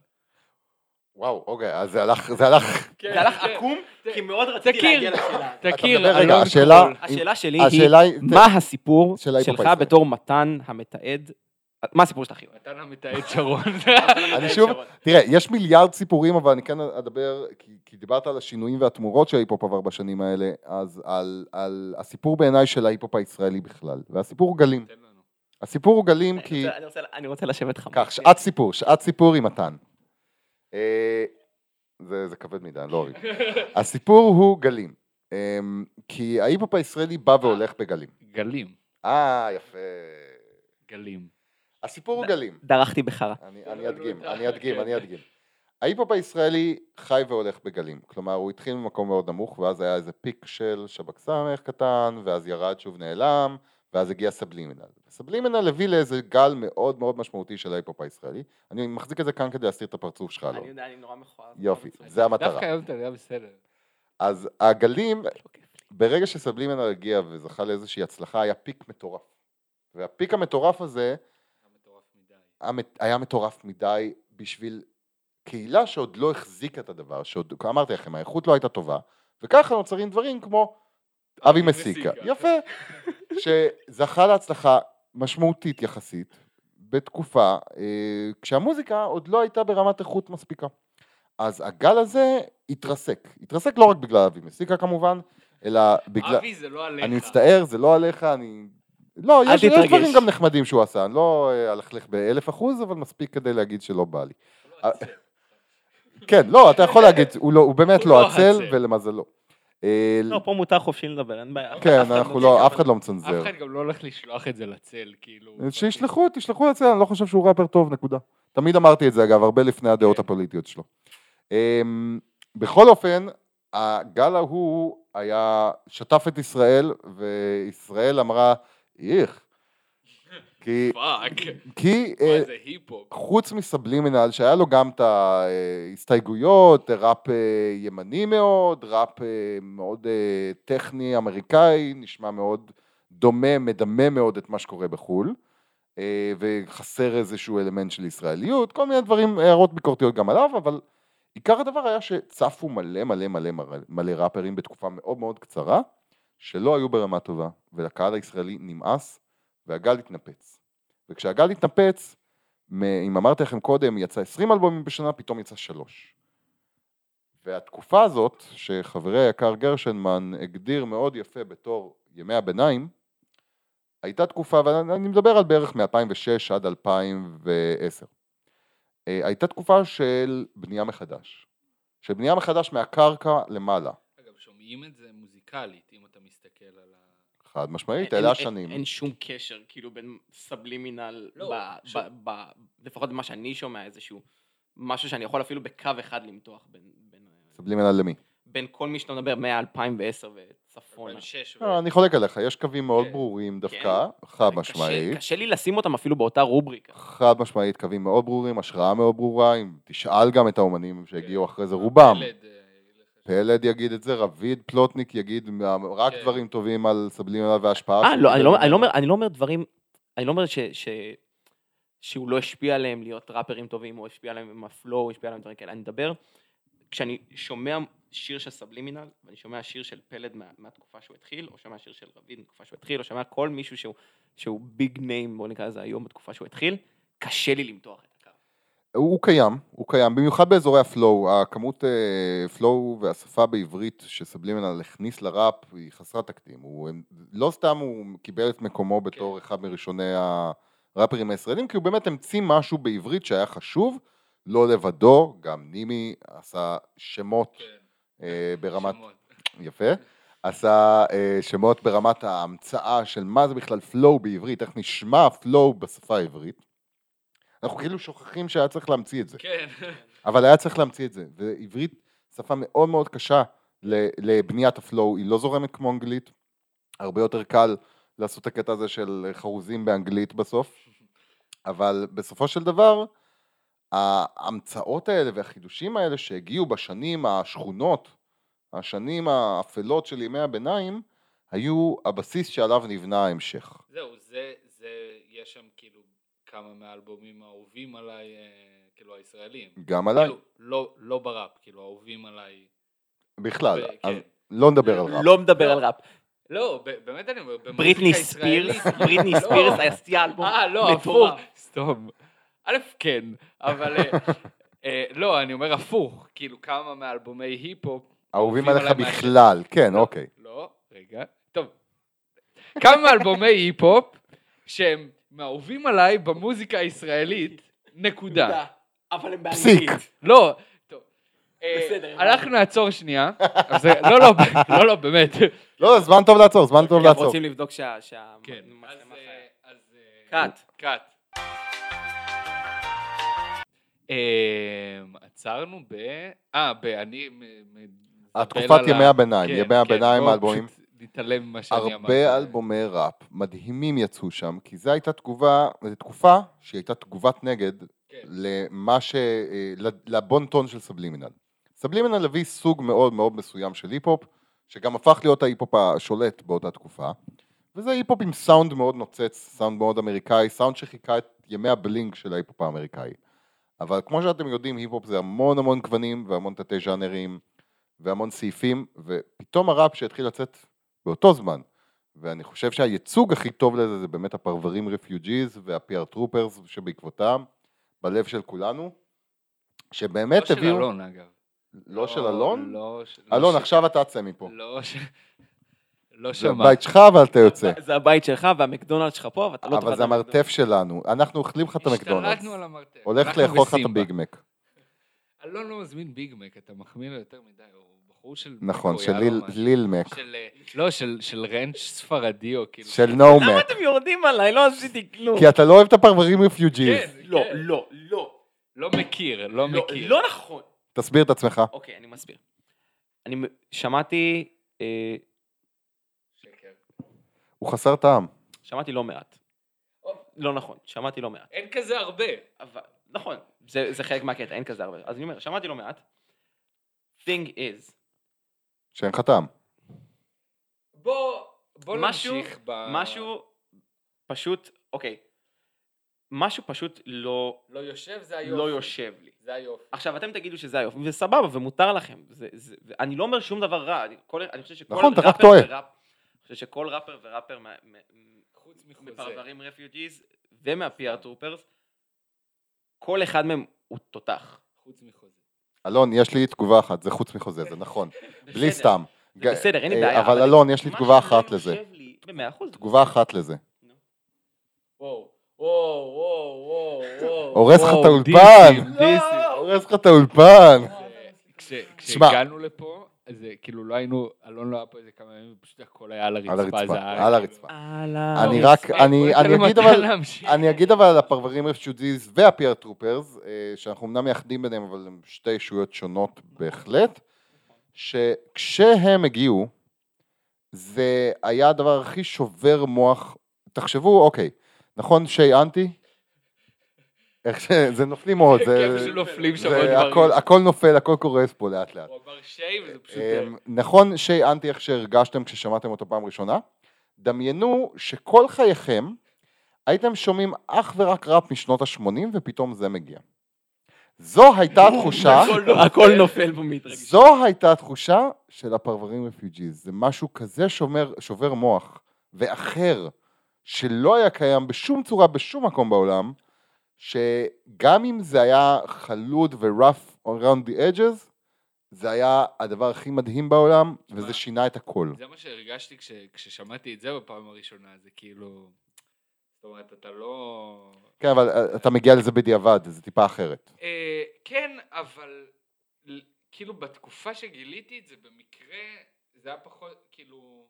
S3: וואו, אוקיי, אז זה הלך, זה הלך.
S2: כן,
S1: זה הלך
S2: כן.
S1: עקום,
S2: זה-
S1: כי מאוד רציתי
S2: תכיר.
S1: להגיע
S2: [LAUGHS]
S1: לשאלה. הזאת.
S3: אתה
S2: תכיר, לא
S3: מדבר
S2: אלון
S3: רגע,
S2: קול.
S3: השאלה...
S1: השאלה שלי
S3: אם-
S1: היא,
S3: השאלה היא...
S1: מה הסיפור
S3: שאלה היא
S1: שלך
S3: פרופסיה.
S1: בתור מתן המתעד, מה הסיפור שאתה הכי אוהב?
S2: מתן המתעד
S1: [LAUGHS]
S2: שרון.
S3: אני שוב, תראה, יש מיליארד סיפורים, אבל אני כן אדבר, כי, כי דיברת על השינויים והתמורות שההיפ-הופ עבר בשנים האלה, אז על, על הסיפור בעיניי של ההיפ-הופ הישראלי בכלל, והסיפור הוא גלים.
S2: תן לנו.
S3: הסיפור הוא גלים
S1: אני [LAUGHS]
S3: כי...
S1: רוצה- אני רוצה- אני רוצה לשבת חמור.
S3: כך, שעת סיפור, שעת סיפור עם מתן. אה, זה, זה כבד מדי, אני לא אוריד. הסיפור הוא גלים. אה, כי ההיפ-הופ הישראלי בא והולך בגלים.
S2: גלים.
S3: אה, יפה.
S2: גלים.
S3: הסיפור הוא גלים.
S1: דרחתי בחרא.
S3: אני, אני אדגים, אני אדגים, אני אדגים. ההיפ-הופ הישראלי חי והולך בגלים. כלומר, הוא התחיל ממקום מאוד נמוך, ואז היה איזה פיק של שב"כ סמך קטן, ואז ירד שוב נעלם, ואז הגיע סבלימינל. סבלימינל הביא לאיזה גל מאוד מאוד משמעותי של ההיפ-הופ הישראלי. אני מחזיק את זה כאן כדי להסתיר את הפרצוף שלך, אלון.
S1: אני יודע, אני נורא מכוער.
S3: לא, יופי,
S1: נורא מצחיק.
S3: זה המטרה.
S2: דווקא היום אתה נראה בסדר.
S3: אז הגלים, ברגע שסבלימינל הגיע וזכה לאיזושהי הצלחה, היה פיק מטורף. והפיק המטורף הזה
S2: אתה מטורף מדי.
S3: היה מט- היה מטורף מדי בשביל קהילה שעוד לא החזיקה את הדבר, שעוד, כמו אמרתי לכם, האיכות לא הייתה טובה, וככה נוצרים דברים כמו אבי מסיקה, כן. יפה, שזכה להצלחה משמעותית יחסית, בתקופה אה, כשהמוזיקה עוד לא הייתה ברמת איכות מספיקה. אז הגל הזה התרסק, התרסק לא רק בגלל אבי מסיקה כמובן, אלא בגלל...
S2: אבי זה לא עליך.
S3: אני מצטער, זה לא עליך, אני... לא,
S1: אל
S3: יש, יש
S1: תתרגש.
S3: דברים גם נחמדים שהוא עשה, אני לא אה, אלכלך באלף אחוז, אבל מספיק כדי להגיד שלא בא לי. אה,
S2: לא עצב.
S3: [LAUGHS] כן, לא, אתה יכול להגיד, הוא, לא, הוא באמת
S2: הוא
S3: לא
S2: לא
S3: עצל,
S2: עצל.
S3: ולמזלו. אה,
S1: לא, פה מותר חופשי לדבר, אין בעיה. אף
S3: כן,
S1: אחד לא
S3: אנחנו
S1: צוחק,
S3: לא, אף
S1: אבל-
S3: אחד לא מצנזר.
S2: אף אחד גם לא הולך לשלוח את זה לצל, כאילו.
S3: שישלחו, תשלחו לעצל, אני לא חושב שהוא ראפר טוב, נקודה. תמיד אמרתי את זה, אגב, הרבה לפני הדעות
S2: כן.
S3: הפוליטיות שלו. אמ, בכל אופן, הגל ההוא היה, שטף את ישראל, וישראל אמרה, איך. כי,
S2: פאק.
S3: כי
S2: [LAUGHS]
S3: אה,
S2: וואי, זה היפ-הופ.
S3: חוץ מסבלימינל, שהיה לו גם את ההסתייגויות, ראפ אה, ימני מאוד, ראפ אה, מאוד אה, טכני אמריקאי, נשמע מאוד דומה, מדמה מאוד את מה שקורה בחו"ל, אה, וחסר איזשהו אלמנט של ישראליות, כל מיני דברים, הערות ביקורתיות גם עליו, אבל עיקר הדבר היה שצפו מלא מלא מלא מלא, מלא ראפרים בתקופה מאוד מאוד קצרה, שלא היו ברמה טובה, ולקהל הישראלי נמאס, והגל התנפץ. וכשהגל התנפץ, מ- אם אמרתי לכם קודם, יצא 20 אלבומים בשנה, פתאום יצא שלוש. והתקופה הזאת, שחברי היקר גרשנמן הגדיר מאוד יפה בתור ימי הביניים, הייתה תקופה, ואני אני מדבר על בערך מ-2006 עד 2010, אה, הייתה תקופה של בנייה מחדש. של בנייה מחדש מהקרקע למעלה,
S2: אגב, שומעים את זה מוזיקלית, אם אתה מסתכל על ה...
S3: חד משמעית,
S1: אין-
S3: לא אלה
S1: אין-
S3: השנים.
S1: אין שום קשר, כאילו, בין סבלימינל,
S2: לא,
S1: ב-
S2: שום.
S1: ב- ב- לפחות במה שאני שומע, איזשהו משהו שאני יכול אפילו בקו אחד למתוח בין- בין-
S3: סבלימינל למי?
S1: בין כל מי שאתה מדבר, מ-2010 וצפונה.
S2: 2006 ו...
S3: אה, אני חולק עליך, יש קווים מאוד
S2: כן.
S3: ברורים דווקא, חד משמעית.
S1: קשה- קשה לי לשים אותם אפילו באותה רובריקה.
S3: חד משמעית, קווים מאוד ברורים, השראה מאוד ברורה, אם תשאל גם את האומנים שהגיעו אחרי זה, רובם. כן.
S2: ילד, אה, ילד.
S3: פלד יגיד את זה, רביד פלוטניק יגיד רק
S2: כן.
S3: דברים טובים על סבלימינל וההשפעה.
S1: אה,
S3: שהוא
S1: לא, אני לא-
S3: קיבל.
S1: אני לא אומר- אני לא אומר דברים, אני לא אומר ש- ש- שהוא לא השפיע עליהם להיות ראפרים טובים, או השפיע עליהם עם הפלואו, או השפיע עליהם דברים כאלה. אני מדבר, כשאני שומע שיר של סבלימינל, ואני שומע שיר של פלד מה- מהתקופה שהוא התחיל, או שומע שיר של רביד מהתקופה שהוא התחיל, או שומע כל מישהו שהוא- שהוא ביג ניים, בוא נקרא לזה היום, בתקופה שהוא התחיל, קשה לי למתוח את הקו.
S3: הוא הוא קיים, הוא קיים, במיוחד באזורי הפלואו, הכמות אה, פלואו והשפה בעברית שסבלימינל הכניס לראפ היא חסרת תקדים, הוא הם- לא סתם הוא קיבל את
S2: כן.
S3: מקומו בתור אחד מראשוני הראפרים הישראלים, כי הוא באמת המציא משהו בעברית שהיה חשוב, לא לבדו, גם נימי עשה שמות
S2: כן,
S3: אה, ברמת,
S2: שמות.
S3: יפה, עשה אה, שמות ברמת ההמצאה של מה זה בכלל flow בעברית, איך נשמע flow בשפה העברית. אנחנו כאילו שוכחים שהיה צריך להמציא את זה,
S2: כן. [LAUGHS]
S3: אבל היה צריך להמציא את זה, ועברית שפה מאוד מאוד קשה ל- לבניית הפלואו, היא לא זורמת כמו אנגלית, הרבה יותר קל לעשות את הקטע הזה של חרוזים באנגלית בסוף, אבל בסופו של דבר, ההמצאות האלה והחידושים האלה שהגיעו בשנים השכונות, השנים האפלות של ימי הביניים, היו הבסיס שעליו נבנה ההמשך.
S2: זהו, זה, זה, יש שם כאילו כמה מהאלבומים האהובים עליי, אה, כאילו הישראלים.
S3: גם עליי,
S2: כאילו, לא- לא בראפ, כאילו האהובים עליי.
S3: בכלל,
S2: ב-
S3: אז
S2: כן.
S3: לא נדבר על ראפ.
S1: לא מדבר על ראפ.
S2: לא, ב- באמת אני אומר, במוזיקה
S1: בריטני
S2: ישראלית-
S1: [LAUGHS] ספירס, בריטני
S2: [LAUGHS] לא.
S1: ספירס עשייה אלבום
S2: אה, לא,
S1: מטורף.
S2: הפוך. סתום. א', כן, אבל... אה, אה, לא, אני אומר הפוך, כאילו כמה מאלבומי היפ-הופ... אהובים
S3: אהובים עליך
S2: עליי מהשם.
S3: בכלל, כן, אוקיי.
S2: לא, רגע, טוב. כמה אלבומי היפ-הופ שהם מאהובים עליי במוזיקה הישראלית, נקודה.
S1: אבל הם
S3: פסיק.
S1: באנגלית.
S2: לא, טוב. אה,
S1: בסדר,
S2: אנחנו נעצור שנייה. אבל זה- לא, לא, [LAUGHS] לא, לא, באמת.
S3: לא, לא, זמן טוב לעצור, זמן טוב
S1: כי אנחנו
S3: לעצור.
S1: רוצים לבדוק שה... שה-
S2: כן.
S1: המצלמה חיה.
S2: אז... אה,
S1: קאט.
S2: קאט. אמ, עצרנו ב... אה, ב... אני... מ- מ-
S3: התקופת
S2: מדבר על
S3: ימי
S2: ה-
S3: הביניים,
S2: כן,
S3: ימי
S2: כן,
S3: הביניים,
S2: בואו
S3: האלבומים.
S2: פשוט להתעלם ממה שאני אמרתי.
S3: הרבה אלבומי ראפ מדהימים יצאו שם, כי זו הייתה תגובה, זו תקופה שהיא הייתה תגובת נגד
S2: כן.
S3: למה ש... אה, לבון-טון של סבלימינל. סבלימינל הביא סוג מאוד מאוד מסוים של היפ-הופ, שגם הפך להיות ההיפ-הופ השולט באותה תקופה, וזה היפ-הופ עם סאונד מאוד נוצץ, סאונד מאוד אמריקאי, סאונד שחיכה את ימי הבלינק של ההיפ-הופ האמריקאי. אבל כמו שאתם יודעים, היפ-הופ זה המון המון גוונים והמון תתי ז'אנרים והמון סעיפים, ופתאום הראפ שהתחיל לצאת באותו זמן, ואני חושב שהייצוג הכי טוב לזה זה באמת הפרברים רפיוג'יז והפי.אר טרופרס שבעקבותם, בלב של כולנו,
S2: לא
S3: שבאמת
S2: של
S3: הביאו...
S2: אלון, אגב.
S3: לא של אלון?
S2: לא ש- לא
S3: אלון,
S2: ש-
S3: עכשיו אתה תצא מפה.
S2: לא ש... לא
S3: זה
S2: שמע.
S3: הבית שלך, אבל אתה יוצא.
S2: לא,
S1: זה הבית שלך והמקדונלד שלך פה, ואתה לא תוכל...
S3: אבל
S1: לדעת.
S3: זה המרתף שלנו, אנחנו אוכלים לך את המקדונלדס.
S2: השתלטנו על המרתף.
S3: הולך
S2: אנחנו
S3: לאכול לך את
S2: וסימבה.
S3: הביגמק.
S2: אלון לא מזמין ביגמק, אתה מחמיא לו יותר מדי, הוא בחור של...
S3: נכון,
S2: הוא
S3: של
S2: יהלום,
S3: ליל-
S2: משהו.
S3: ליל מק.
S2: לא של, אה, לא, של, של רנץ' ספרדי, או כאילו...
S3: של נו
S1: למה
S3: מק.
S1: אתם יורדים עליי? לא עשיתי כלום.
S3: כי אתה לא אוהב את הפרברים רפיוג'יז.
S2: כן,
S1: לא,
S2: כן.
S1: לא, לא.
S2: לא מכיר,
S1: לא,
S2: לא מכיר.
S1: לא נכון.
S3: תסביר את עצמך.
S1: אוקיי, אני מסביר. אני מ- שמעתי, אה,
S2: שקר.
S3: הוא חסר טעם.
S1: שמעתי לא מעט. לא נכון, שמעתי לא מעט.
S2: אין כזה הרבה.
S1: אבל, נכון, זה, זה חלק מהקטע, אין כזה הרבה. אז אני אומר, שמעתי לא מעט. thing is,
S3: שאין לך טעם.
S2: בוא, בוא
S1: משהו-
S2: נמשיך ב...
S1: משהו פשוט, אוקיי, משהו פשוט לא,
S2: לא יושב, זה היופי.
S1: לא יושב לי.
S2: זה היופי.
S1: עכשיו, אתם תגידו שזה היופי, וסבבה, ומותר לכם. זה, זה, אני לא אומר שום דבר רע, אני, כל, אני חושב שכל
S3: נכון, אתה רק
S1: ראפר
S3: טועה.
S1: וראפ... אני חושב שכל ראפר וראפר מה- מה-
S2: חוץ מחוזה.
S1: מפרברים רפיוג'יז ומה-PR טרופרס, כל אחד מהם הוא תותח.
S2: חוץ מחוזה.
S3: אלון, יש לי תגובה אחת, זה חוץ מחוזה, זה נכון. בלי
S1: בסדר,
S3: סתם.
S1: זה
S3: ג-
S1: בסדר, אין לי
S3: אה,
S1: בעיה.
S3: אבל אלון, יש לי תגובה אחת לזה.
S1: משהו לא יושב לי, במאה אחוז.
S3: תגובה אחת לזה.
S2: וואו, וואו, וואו, וואו.
S3: הורס לך את
S2: וואו,
S3: האולפן.
S1: לא!
S2: דיסים, דיסים.
S3: הורס לך את האולפן.
S2: כש-
S3: שמע.
S2: כשהגענו לפה, אז אה, כאילו לא היינו, אלון לא היה פה איזה כמה ימים, פשוט הכל היה על הרצפה.
S3: על הרצפה,
S2: זה היה
S3: על
S2: כאילו- לא,
S3: הרצפה.
S1: אהלן.
S3: אני רק- אני-
S2: בוא ניתן
S3: אני אגיד
S2: למתן
S3: אבל-
S2: להמשיך.
S3: אני אגיד אבל על הפרברים רפשוג'יז והפיאר טרופרס, אה, שאנחנו אמנם מייחדים ביניהם, אבל הם שתי ישויות שונות בהחלט, שכשהם הגיעו, זה היה הדבר הכי שובר מוח. תחשבו, אוקיי, נכון שי אנטי? איך ש... זה נופלים מאוד,
S2: כן,
S3: זה...
S2: פשוט נופלים שם עוד
S3: זה
S2: דברים.
S3: הכל, הכל נופל, הכל קורס פה לאט לאט.
S2: הוא אמר שי, וזה פשוט...
S3: אמ, נכון שי אנטי איך שהרגשתם כששמעתם אותו פעם ראשונה? דמיינו שכל חייכם הייתם שומעים אך ורק ראפ משנות ה-80 ופתאום זה מגיע. זו
S1: [LAUGHS]
S3: הייתה
S1: נכון.
S3: התחושה,
S1: הכל נופל- הכל נופל פה מהתרגשות.
S3: זו הייתה התחושה של הפרברים רפיוג'יז. זה משהו כזה שומר, שובר מוח ואחר, שלא היה קיים בשום צורה בשום מקום בעולם, שגם אם זה היה חלוד ו-rough around the edges, זה היה הדבר הכי מדהים בעולם, וזה שינה את הכל.
S2: זה מה שהרגשתי כש- כששמעתי את זה בפעם הראשונה, זה כאילו... זאת אומרת, אתה לא...
S3: כן, אבל אה, אתה מגיע לזה בדיעבד, זה טיפה אחרת.
S2: אה, כן, אבל ל- כאילו בתקופה שגיליתי את זה במקרה, זה היה פחות, כאילו,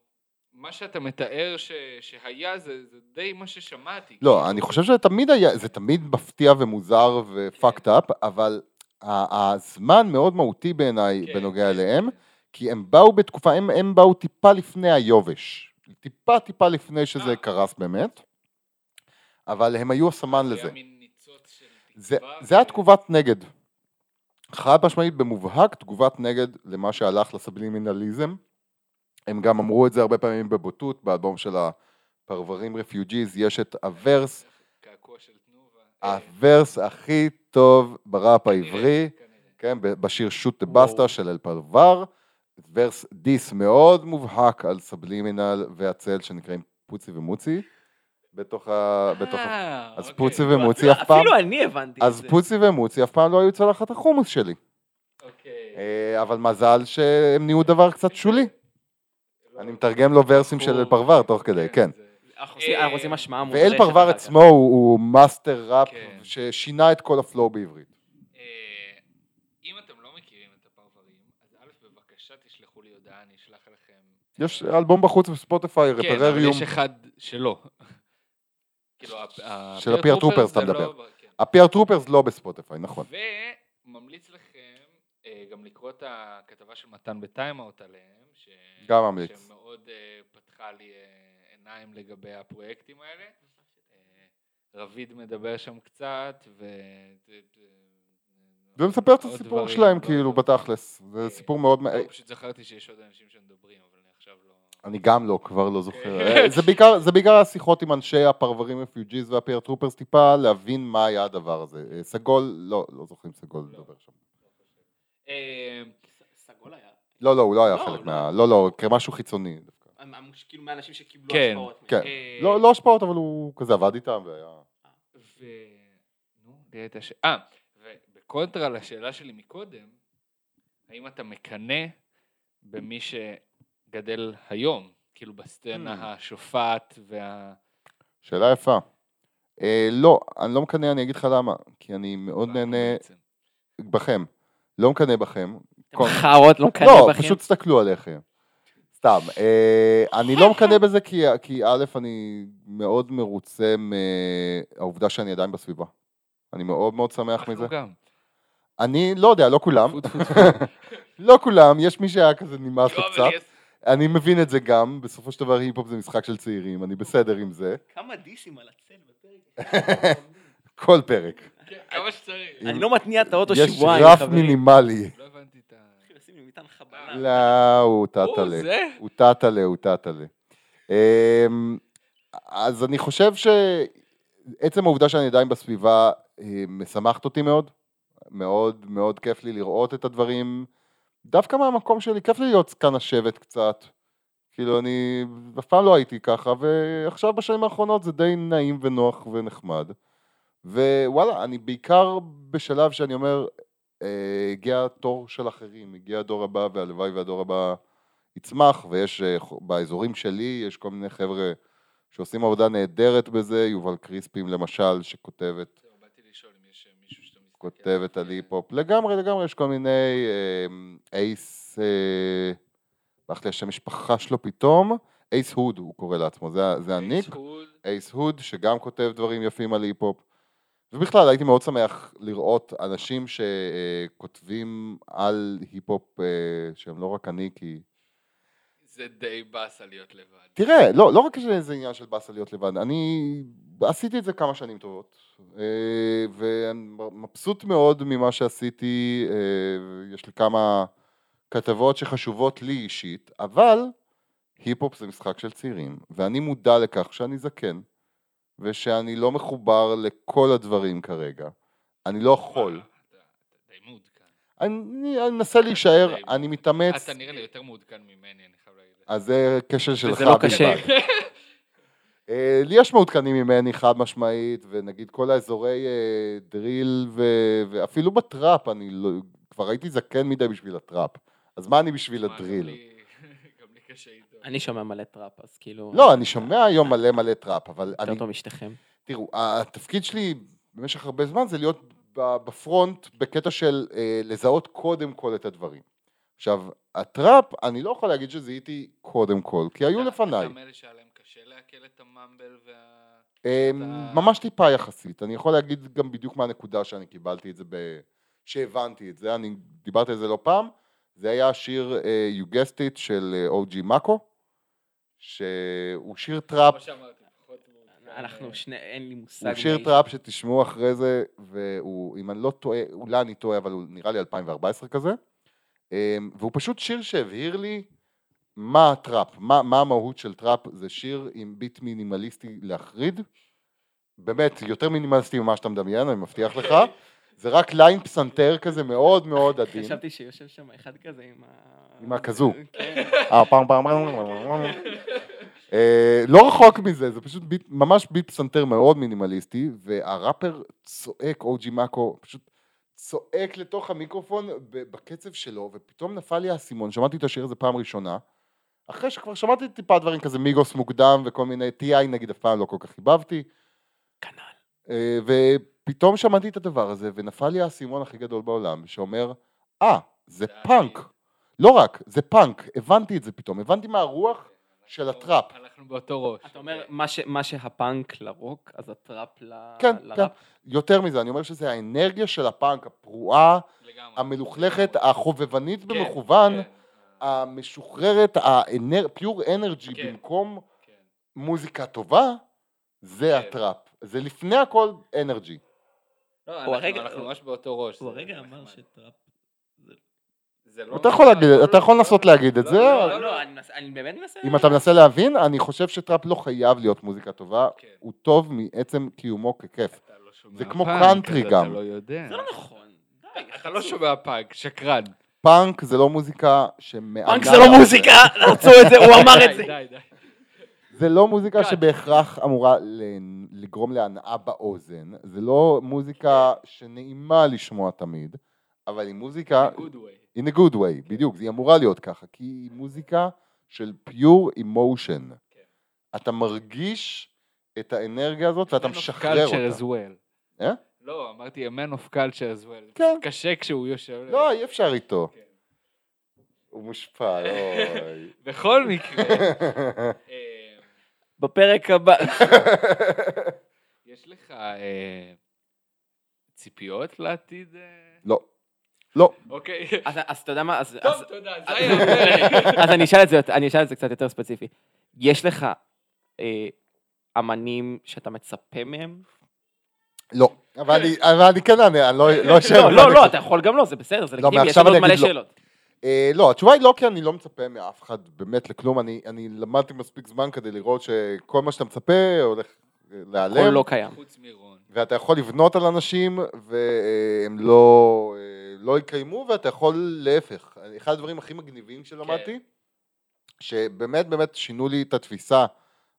S2: מה שאתה מתאר ש, שהיה זה, זה די מה ששמעתי. כאילו,
S3: לא, אני חושב שזה תמיד היה, זה תמיד מפתיע ומוזר ופאקד אפ, אבל ה- הזמן מאוד מהותי בעיניי
S2: כן,
S3: בנוגע
S2: כן,
S3: אליהם,
S2: כן.
S3: כי הם באו בתקופה, הם, הם באו טיפה לפני היובש. טיפה טיפה לפני שזה
S2: אה.
S3: קרס באמת, אבל הם היו הסמן
S2: זה
S3: לזה.
S2: היה מין ניצוץ של
S3: זה,
S2: תקווה.
S3: זה היה תגובת נגד. חד משמעית במובהק תגובת נגד למה שהלך לסבלימינליזם. הם גם אמרו את זה הרבה פעמים בבוטות, באלבום של הפרברים רפיוג'יז יש את הוורס,
S2: קעקוע של תנובה. אה,
S3: הוורס הכי טוב בראפ
S2: כנראה,
S3: העברי.
S2: כנראה.
S3: כן, ב- בשיר שוט דה
S1: וואו.
S3: בסטה של אל פרוור, ורס דיס מאוד מובהק על סבלימינל והצל שנקראים פוצי ומוצי, בתוך ה... בתוך ה...
S2: אה,
S3: אז
S2: אוקיי.
S3: פוצי ומוצי אף פעם,
S1: אפילו אני הבנתי את
S3: אז
S1: זה.
S3: פוצי ומוצי אף פעם לא היו צלחת החומוס שלי.
S2: אוקיי.
S3: אה, אבל מזל שהם נהיו דבר קצת שולי.
S2: לא,
S3: אני מתרגם לו ורסים של אל פרוור תוך כדי, כן.
S2: זה- אה,
S1: אנחנו עושים- אנחנו עושים השמעה מודרכת.
S3: ואל פרוור
S1: אחר כך.
S3: עצמו הוא הוא מאסטר ראפ
S2: כן.
S3: ששינה את כל הפלואו בעברית.
S2: אה, אם אתם לא מכירים את הפרברים, אז א', בבקשה תשלחו לי הודעה, אני אשלח לכם.
S3: יש
S2: אה,
S3: אלבום בחוץ בספוטיפיי,
S2: כן, אבל
S3: רפרריום.
S2: יש אחד שלא. [LAUGHS] כאילו, ה- ה-
S3: של הפיר טרופרס אתה
S2: זה לא- כן.
S3: הפי.אר טרופרס לא בספוטיפיי, נכון.
S2: וממליץ לכם אה, גם לקרוא את הכתבה של מתן בטיימאוט עליהם, ש...
S3: גם ממליץ.
S2: שמאוד אה, פתחה לי אה, עיניים לגבי הפרויקטים האלה. אה, רביד מדבר שם קצת, ו...
S3: ומספר את
S2: עוד
S3: הסיפור
S2: דברים,
S3: שלהם
S2: לא-
S3: כאילו בתכלס, זה סיפור מאוד, מ-
S2: לא, פשוט זכרתי שיש עוד אנשים שמדברים, אבל אני עכשיו לא...
S3: אני גם לא, כבר לא
S2: [LAUGHS]
S3: זוכר.
S2: אוקיי.
S3: אה, זה בעיקר, זה בעיקר השיחות עם אנשי הפרברים רפיוג'יז והפייר טרופרס טיפה, להבין מה היה הדבר הזה. אה, סגול, לא, לא זוכר אם סגול
S2: לא.
S3: מדבר שם.
S2: אה,
S1: סגול היה.
S3: לא, לא, הוא לא היה
S1: לא,
S3: חלק
S1: לא.
S3: מה... לא, לא, כמשהו חיצוני. דווקא.
S1: הם- הם כאילו מהאנשים שקיבלו
S2: כן,
S1: השפעות.
S3: כן.
S2: אה,
S3: לא, לא השפעות, אבל הוא כזה עבד איתם והיה...
S2: ו... נו, לי הייתה ש... אה, ובקונטרה לשאלה שלי מקודם, האם אתה מקנא במי שגדל היום, כאילו בסצנה
S1: Hmm.
S2: השופעת וה...
S3: שאלה יפה. אה, לא, אני לא מקנא, אני אגיד לך למה. כי אני מאוד נהנה
S2: בעצם.
S3: בכם. לא מקנא בכם. כל-
S1: חרות לא מקנא
S3: לא,
S1: בכם.
S3: פשוט תסתכלו עליכם. סתם. אה, אני לא מקנא בזה כי, כי א', אני מאוד מרוצה מהעובדה שאני עדיין בסביבה. אני מאוד מאוד שמח
S2: אנחנו
S3: מזה.
S2: גם.
S3: אני לא יודע, לא כולם. [LAUGHS]
S2: טפו, טפו, טפו.
S3: לא כולם, יש מי שהיה כזה נמאס לו
S2: לא, אבל
S3: קצת.
S2: יש-
S3: אני מבין את זה גם, בסופו של דבר היפ-הופ זה משחק של צעירים, אני בסדר עם זה.
S1: כמה דיסים על הצל בפרק.
S3: [LAUGHS] כל פרק.
S2: כן, כמה שצריך.
S1: אני לא מתניע את האוטו
S3: יש
S1: שבועיים,
S3: רף
S1: חברים.
S3: מינימלי.
S2: לא הבנתי את ה...
S1: נשים לי מטען חבלה.
S2: אה,
S3: לא, הוא
S2: או,
S3: טאטלה.
S2: זה?
S3: הוא טאטלה, הוא טאטלה. אמ, אז אני חושב שעצם העובדה שאני עדיין בסביבה אה, משמחת אותי מאוד. מאוד מאוד כיף לי לראות את הדברים, דווקא מהמקום שלי, כיף לי להיות זקן השבט קצת. כאילו, אני אף פעם לא הייתי ככה, ועכשיו בשנים האחרונות זה די נעים ונוח ונחמד. ווואלה, אני בעיקר בשלב שאני אומר, אה, הגיע התור של אחרים, הגיע הדור הבא, והלוואי והדור הבא יצמח, ויש אה, ח- באזורים שלי, יש כל מיני חבר'ה שעושים עבודה נהדרת בזה, יובל קריספים למשל, שכותבת
S2: זהו, באתי לשאול אם יש מישהו שאתה מסתכל כן.
S3: כותבת על היפ-הופ. לגמרי, לגמרי, יש כל מיני אה, אייס, אה, ברח לי השם משפחה שלו פתאום, אייס הוד הוא קורא לעצמו, זה, ה- זה הניק,
S2: צחוד.
S3: אייס הוד, שגם כותב דברים יפים על היפ-הופ. ובכלל, הייתי מאוד שמח לראות אנשים שכותבים על היפ-הופ, אה, שהם לא רק אני, כי...
S2: זה די באסה להיות לבד.
S3: תראה, לא, לא רק שזה עניין של באסה להיות לבד, אני עשיתי את זה כמה שנים טובות, אה, ואני מבסוט מאוד ממה שעשיתי, אה, יש לי כמה כתבות שחשובות לי אישית, אבל היפ-הופ זה משחק של צעירים, ואני מודע לכך שאני זקן, ושאני לא מחובר לכל הדברים כרגע. אני לא יכול.
S2: וואלה, אתה אתה די מעודכן.
S3: אני אני מנסה להישאר, אני מתאמץ,
S2: אתה נראה לי יותר מעודכן ממני, אני חייב להגיד. לך.
S3: אז זה כשל שלך.
S1: וזה לא קשה.
S3: בלבד.
S2: [LAUGHS]
S3: אה, לי יש מעודכנים ממני חד משמעית, ונגיד כל האזורי אה, דריל, ו... ואפילו בטראפ, אני לא... כבר הייתי זקן מדי בשביל הטראפ. אז מה אני בשביל
S2: תשמע, גם
S3: הדריל?
S2: לי- גם לי קשה איתו.
S1: אני שומע מלא טראפ, אז כאילו...
S3: לא, אני שומע היום מלא מלא טראפ, אבל
S1: יותר
S3: אני...
S1: טוב משתיכם.
S3: תראו, התפקיד שלי במשך הרבה זמן זה להיות ב- בפרונט בקטע של אה, לזהות קודם כל את הדברים. עכשיו, הטראפ, אני לא יכול להגיד שזיהיתי קודם כל, כי היו
S2: אתה-
S3: לפניי.
S2: אתה מאלה שהיה להם קשה לעכל את הממבל וה...
S3: אה,
S2: אתה-
S3: ממש טיפה יחסית. אני יכול להגיד גם בדיוק מה הנקודה שאני קיבלתי את זה, ב... שהבנתי את זה, אני דיברתי על זה לא פעם. זה היה השיר אה, You Guessed It של אה, אוג'י מאקו, שהוא שיר טראפ,
S2: כמו שאמרתי, פחות מעודכן. אה,
S1: אנחנו שני, אין לי מושג.
S3: אה, הוא שיר
S1: מה
S3: טראפ שתשמעו אחרי זה, והוא, אם אני לא טועה, אולי אני טועה, אבל הוא נראה לי 2014 כזה. אה, והוא פשוט שיר שהבהיר לי מה הטראפ, מה, מה המהות של טראפ, זה שיר עם ביט מינימליסטי להחריד. באמת, יותר מינימליסטי ממה שאתה מדמיין, אני מבטיח לך. זה רק ליין פסנתר כזה מאוד מאוד עדין.
S1: חשבתי שיושב שם אחד כזה עם ה...
S3: עם הכזו.
S1: [LAUGHS] כן.
S3: אה, פעם, פעם, פעם, פעם, פעם. אה, לא רחוק מזה, זה פשוט ביט, ממש ביט פסנתר מאוד מינימליסטי, והראפר צועק, אוג'י מאקו, פשוט צועק לתוך המיקרופון ב- בקצב שלו, ופתאום נפל לי האסימון, שמעתי את השיר הזה פעם ראשונה, אחרי שכבר שמעתי טיפה דברים כזה מיגוס מוקדם וכל מיני, TI נגיד אף פעם לא כל כך חיבבתי,
S1: כנ"ל.
S3: אה, ופתאום שמעתי את הדבר הזה, ונפל לי האסימון הכי גדול בעולם, שאומר, אה, זה
S2: זה
S3: פאנק.
S2: אני.
S3: לא רק, זה פאנק, הבנתי את זה פתאום, הבנתי מה הרוח של
S2: כן, אנחנו-
S3: הטראפ.
S2: אנחנו באותו ראש. כן,
S1: אתה אומר, מה ש- מה שהפאנק לרוק, אז הטראפ ל-
S3: כן,
S1: לראפ.
S3: יותר מזה, אני אומר שזה האנרגיה של הפאנק הפרועה,
S2: לגמרי.
S3: המלוכלכת,
S2: לגמרי.
S3: החובבנית
S2: כן,
S3: במכוון,
S2: כן.
S3: המשוחררת, ה-pure energy
S2: כן.
S3: במקום
S2: כן.
S3: מוזיקה טובה, זה
S2: כן.
S3: הטראפ. זה לפני הכל אנרג'י.
S2: לא,
S1: הוא
S2: אנחנו-
S1: הרגע-
S2: אנחנו
S1: הוא-
S2: ממש באותו ראש.
S4: הוא
S2: זה
S4: הרגע
S2: נחמד.
S4: אמר שטראפ...
S2: זה לא
S3: אתה יכול
S2: נכון.
S3: להגיד- אתה יכול לנסות להגיד את
S2: לא,
S3: זה,
S2: לא,
S1: לא, לא, אני מנס- אני באמת מנסה...
S3: אם אתה מנסה להבין, אני חושב שטראפ לא חייב להיות מוזיקה טובה,
S2: כן.
S3: הוא טוב מעצם קיומו ככיף.
S2: אתה לא שומע
S3: זה כמו
S2: פאנק,
S3: קאנטרי
S2: אז
S3: גם.
S2: אתה לא יודע.
S1: זה לא נכון. די,
S2: אתה לא
S1: חצוף.
S2: שומע פאנק, שקרן.
S3: פאנק זה לא מוזיקה שמענה...
S1: פאנק זה לא מוזיקה, רצו את זה, הוא אמר את
S2: די,
S1: זה.
S2: די, די.
S3: זה לא מוזיקה
S1: גאד.
S3: שבהכרח אמורה ל- לגרום להנאה באוזן, זה לא מוזיקה שנעימה לשמוע תמיד, אבל היא מוזיקה
S2: Good way.
S3: in a good way, בדיוק, היא אמורה להיות ככה, כי היא מוזיקה של pure emotion.
S2: כן.
S3: אתה מרגיש את האנרגיה הזאת ואתה
S2: Man of
S3: משחרר
S2: culture as
S3: אותה.
S2: well.
S3: אה?
S2: לא, אמרתי a man of culture as well.
S3: כן.
S2: קשה כשהוא יושב.
S3: לא, אי אפשר איתו.
S2: כן.
S3: הוא מושפע, לא... אוי.
S2: בכל מקרה,
S3: [LAUGHS]
S2: אה,
S1: [LAUGHS] בפרק הבא...
S2: יש לך אה, ציפיות לעתיד? אה?
S3: לא. לא.
S2: אוקיי.
S1: אז- אז אתה יודע מה, אז... אז- אה,
S2: טוב, תודה, זה היה הפרק.
S1: אז אני אשאל את זה, אני אשאל את זה קצת יותר ספציפי. יש לך אה, אמנים שאתה מצפה מהם?
S3: לא. אבל אני- אבל אני כן אענה, אני לא- לא אשאר.
S1: לא, לא, לא, אתה יכול גם לא, זה בסדר, זה
S3: לא,
S1: לגיטימי, יש
S3: מעכשיו
S1: לנו עוד
S3: אני
S1: מלא
S3: אגיד לא.
S1: שאלות.
S3: אה, לא, התשובה היא לא כי אני לא מצפה מאף אחד באמת לכלום, אני אני למדתי מספיק זמן כדי לראות שכל מה שאתה מצפה הולך אה,
S1: הכל
S3: להיעלם.
S1: לא קיים.
S2: חוץ מרון.
S3: ואתה יכול לבנות על אנשים, והם לא, אה, לא יקיימו, ואתה יכול להפך. אחד הדברים הכי מגניבים שלמדתי,
S2: כן.
S3: שבאמת באמת שינו לי את התפיסה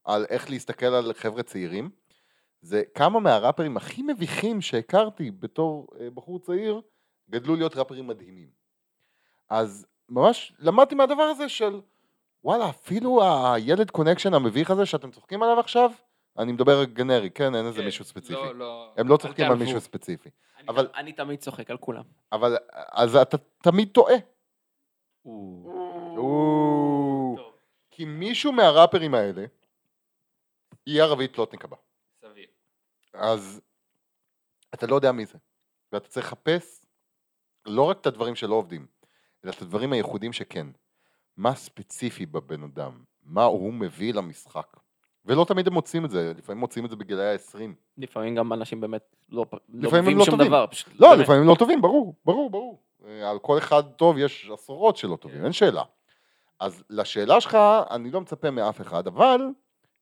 S3: על איך להסתכל על חבר'ה צעירים, זה כמה מהראפרים הכי מביכים שהכרתי בתור אה, בחור צעיר, גדלו להיות ראפרים מדהימים. אז ממש למדתי מהדבר הזה של, וואלה, אפילו הילד קונקשן המביך הזה שאתם צוחקים עליו עכשיו, אני מדבר גנרי, כן, אין איזה
S2: כן,
S3: מישהו ספציפי.
S2: לא, לא.
S3: הם לא
S2: אל
S3: צוחקים על
S2: תעלבו.
S3: מישהו ספציפי.
S1: אני-
S3: אבל-
S1: אני תמיד צוחק על כולם.
S3: אבל אז אתה תמיד טועה.
S2: או,
S1: טוב.
S3: כי מישהו מהראפרים האלה יהיה ערבי פלוטניק הבא.
S2: סביר.
S3: אז אתה לא יודע מי זה. ואתה צריך לחפש לא רק את הדברים שלא עובדים, אלא את הדברים הייחודיים שכן. מה ספציפי בבן אדם? מה הוא מביא למשחק? ולא תמיד הם מוצאים את זה, לפעמים מוצאים את זה בגילי ה-20.
S1: לפעמים גם אנשים באמת לא פ- לא
S3: לפעמים הם
S1: מבינים
S3: לא
S1: שום
S3: טובים.
S1: דבר. פשוט
S3: לא,
S1: באמת.
S3: לפעמים לא טובים, ברור, ברור, ברור. אה, על כל אחד טוב יש עשרות שלא טובים,
S2: כן.
S3: אין שאלה. אז לשאלה שלך, אני לא מצפה מאף אחד, אבל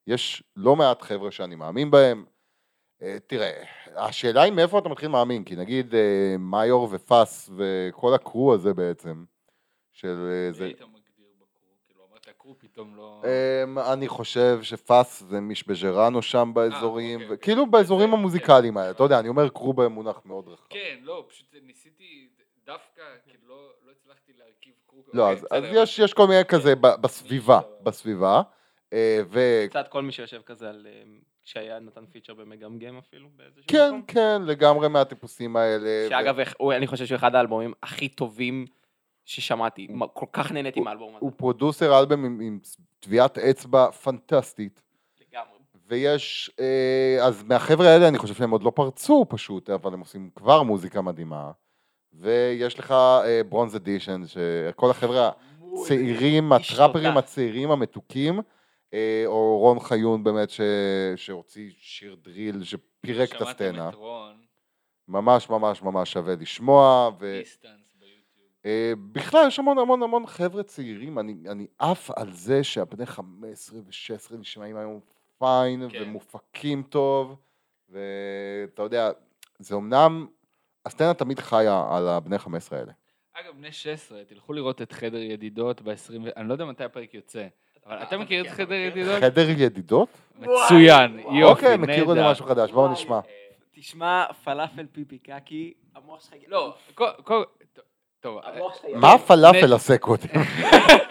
S3: יש לא מעט חבר'ה שאני מאמין בהם. אה, תראה, השאלה היא מאיפה אתה מתחיל מאמין, כי נגיד אה, מיור ופאס וכל הקרו הזה בעצם, של אה,
S2: זה
S3: זה...
S2: היית מגדיר בקרו, כאילו אמרת הקרו פתאום לא...
S3: אה, אני חושב שפאס ומישבז'רנו שם באזורים,
S2: אוקיי,
S3: ו-
S2: אוקיי.
S3: כאילו באזורים
S2: כן.
S3: המוזיקליים האלה, אתה יודע, אני אומר קרו במונח מאוד רחב.
S2: כן, לא, פשוט ניסיתי דווקא, כאילו לא- לא הצלחתי להרכיב קרו.
S3: לא,
S2: אוקיי,
S3: אז, אז
S2: בסדר,
S3: יש, יש כל מיני כזה ב- בסביבה,
S2: סבבה.
S3: בסביבה, אה, ו...
S1: קצת כל מי שיושב כזה על... אה, שהיה נתן פיצ'ר במגמגם אפילו באיזשהו
S3: כן,
S1: מקום.
S3: כן, לגמרי מהטיפוסים האלה.
S1: שאגב, הוא- אני חושב שהוא אחד האלבומים הכי טובים ששמעתי. מה- כל כך נהניתי מהאלבום הזה.
S3: הוא פרודוסר אלבום עם, עם טביעת אצבע פנטסטית,
S1: לגמרי.
S3: ויש... אה, אז מהחבר'ה האלה, אני חושב שהם עוד לא פרצו פשוט, אבל הם עושים כבר מוזיקה מדהימה. ויש לך אה, ברונז אדישן, שכל החבר'ה
S2: חמוד.
S3: הצעירים,
S1: איש
S3: הטראפרים
S1: תותח.
S3: הצעירים המתוקים, אה, או רון חיון באמת, ש... שהוציא שיר דריל שפירק את
S2: שמעתם
S3: הסצנה.
S2: את רון,
S3: ממש ממש ממש שווה לשמוע,
S2: דיסטנס ביוטיוב.
S3: ובכלל יש המון המון המון חבר'ה צעירים, אני, אני עף על זה שהבני 15 ו-16 נשמעים היום פיין
S2: כן.
S3: ומופקים טוב, ואתה יודע, זה אמנם, הסצנה תמיד חיה על הבני 15 האלה.
S2: אגב, בני 16, תלכו לראות את חדר ידידות ב-20, אני לא יודע מתי הפרק יוצא, אבל אתה מכיר את חדר ידידות?
S3: חדר ידידות?
S2: מצוין, כן. יופי, נהדר.
S3: אוקיי, מכיר עוד משהו חדש, בואו
S1: וואי.
S3: נשמע.
S1: תשמע, פלאפל פיפי קקי, המוח שלך...
S2: לא, כל- כל... טוב, טוב, אה,
S1: המוח שלך...
S3: מה הפלאפל עושה קודם?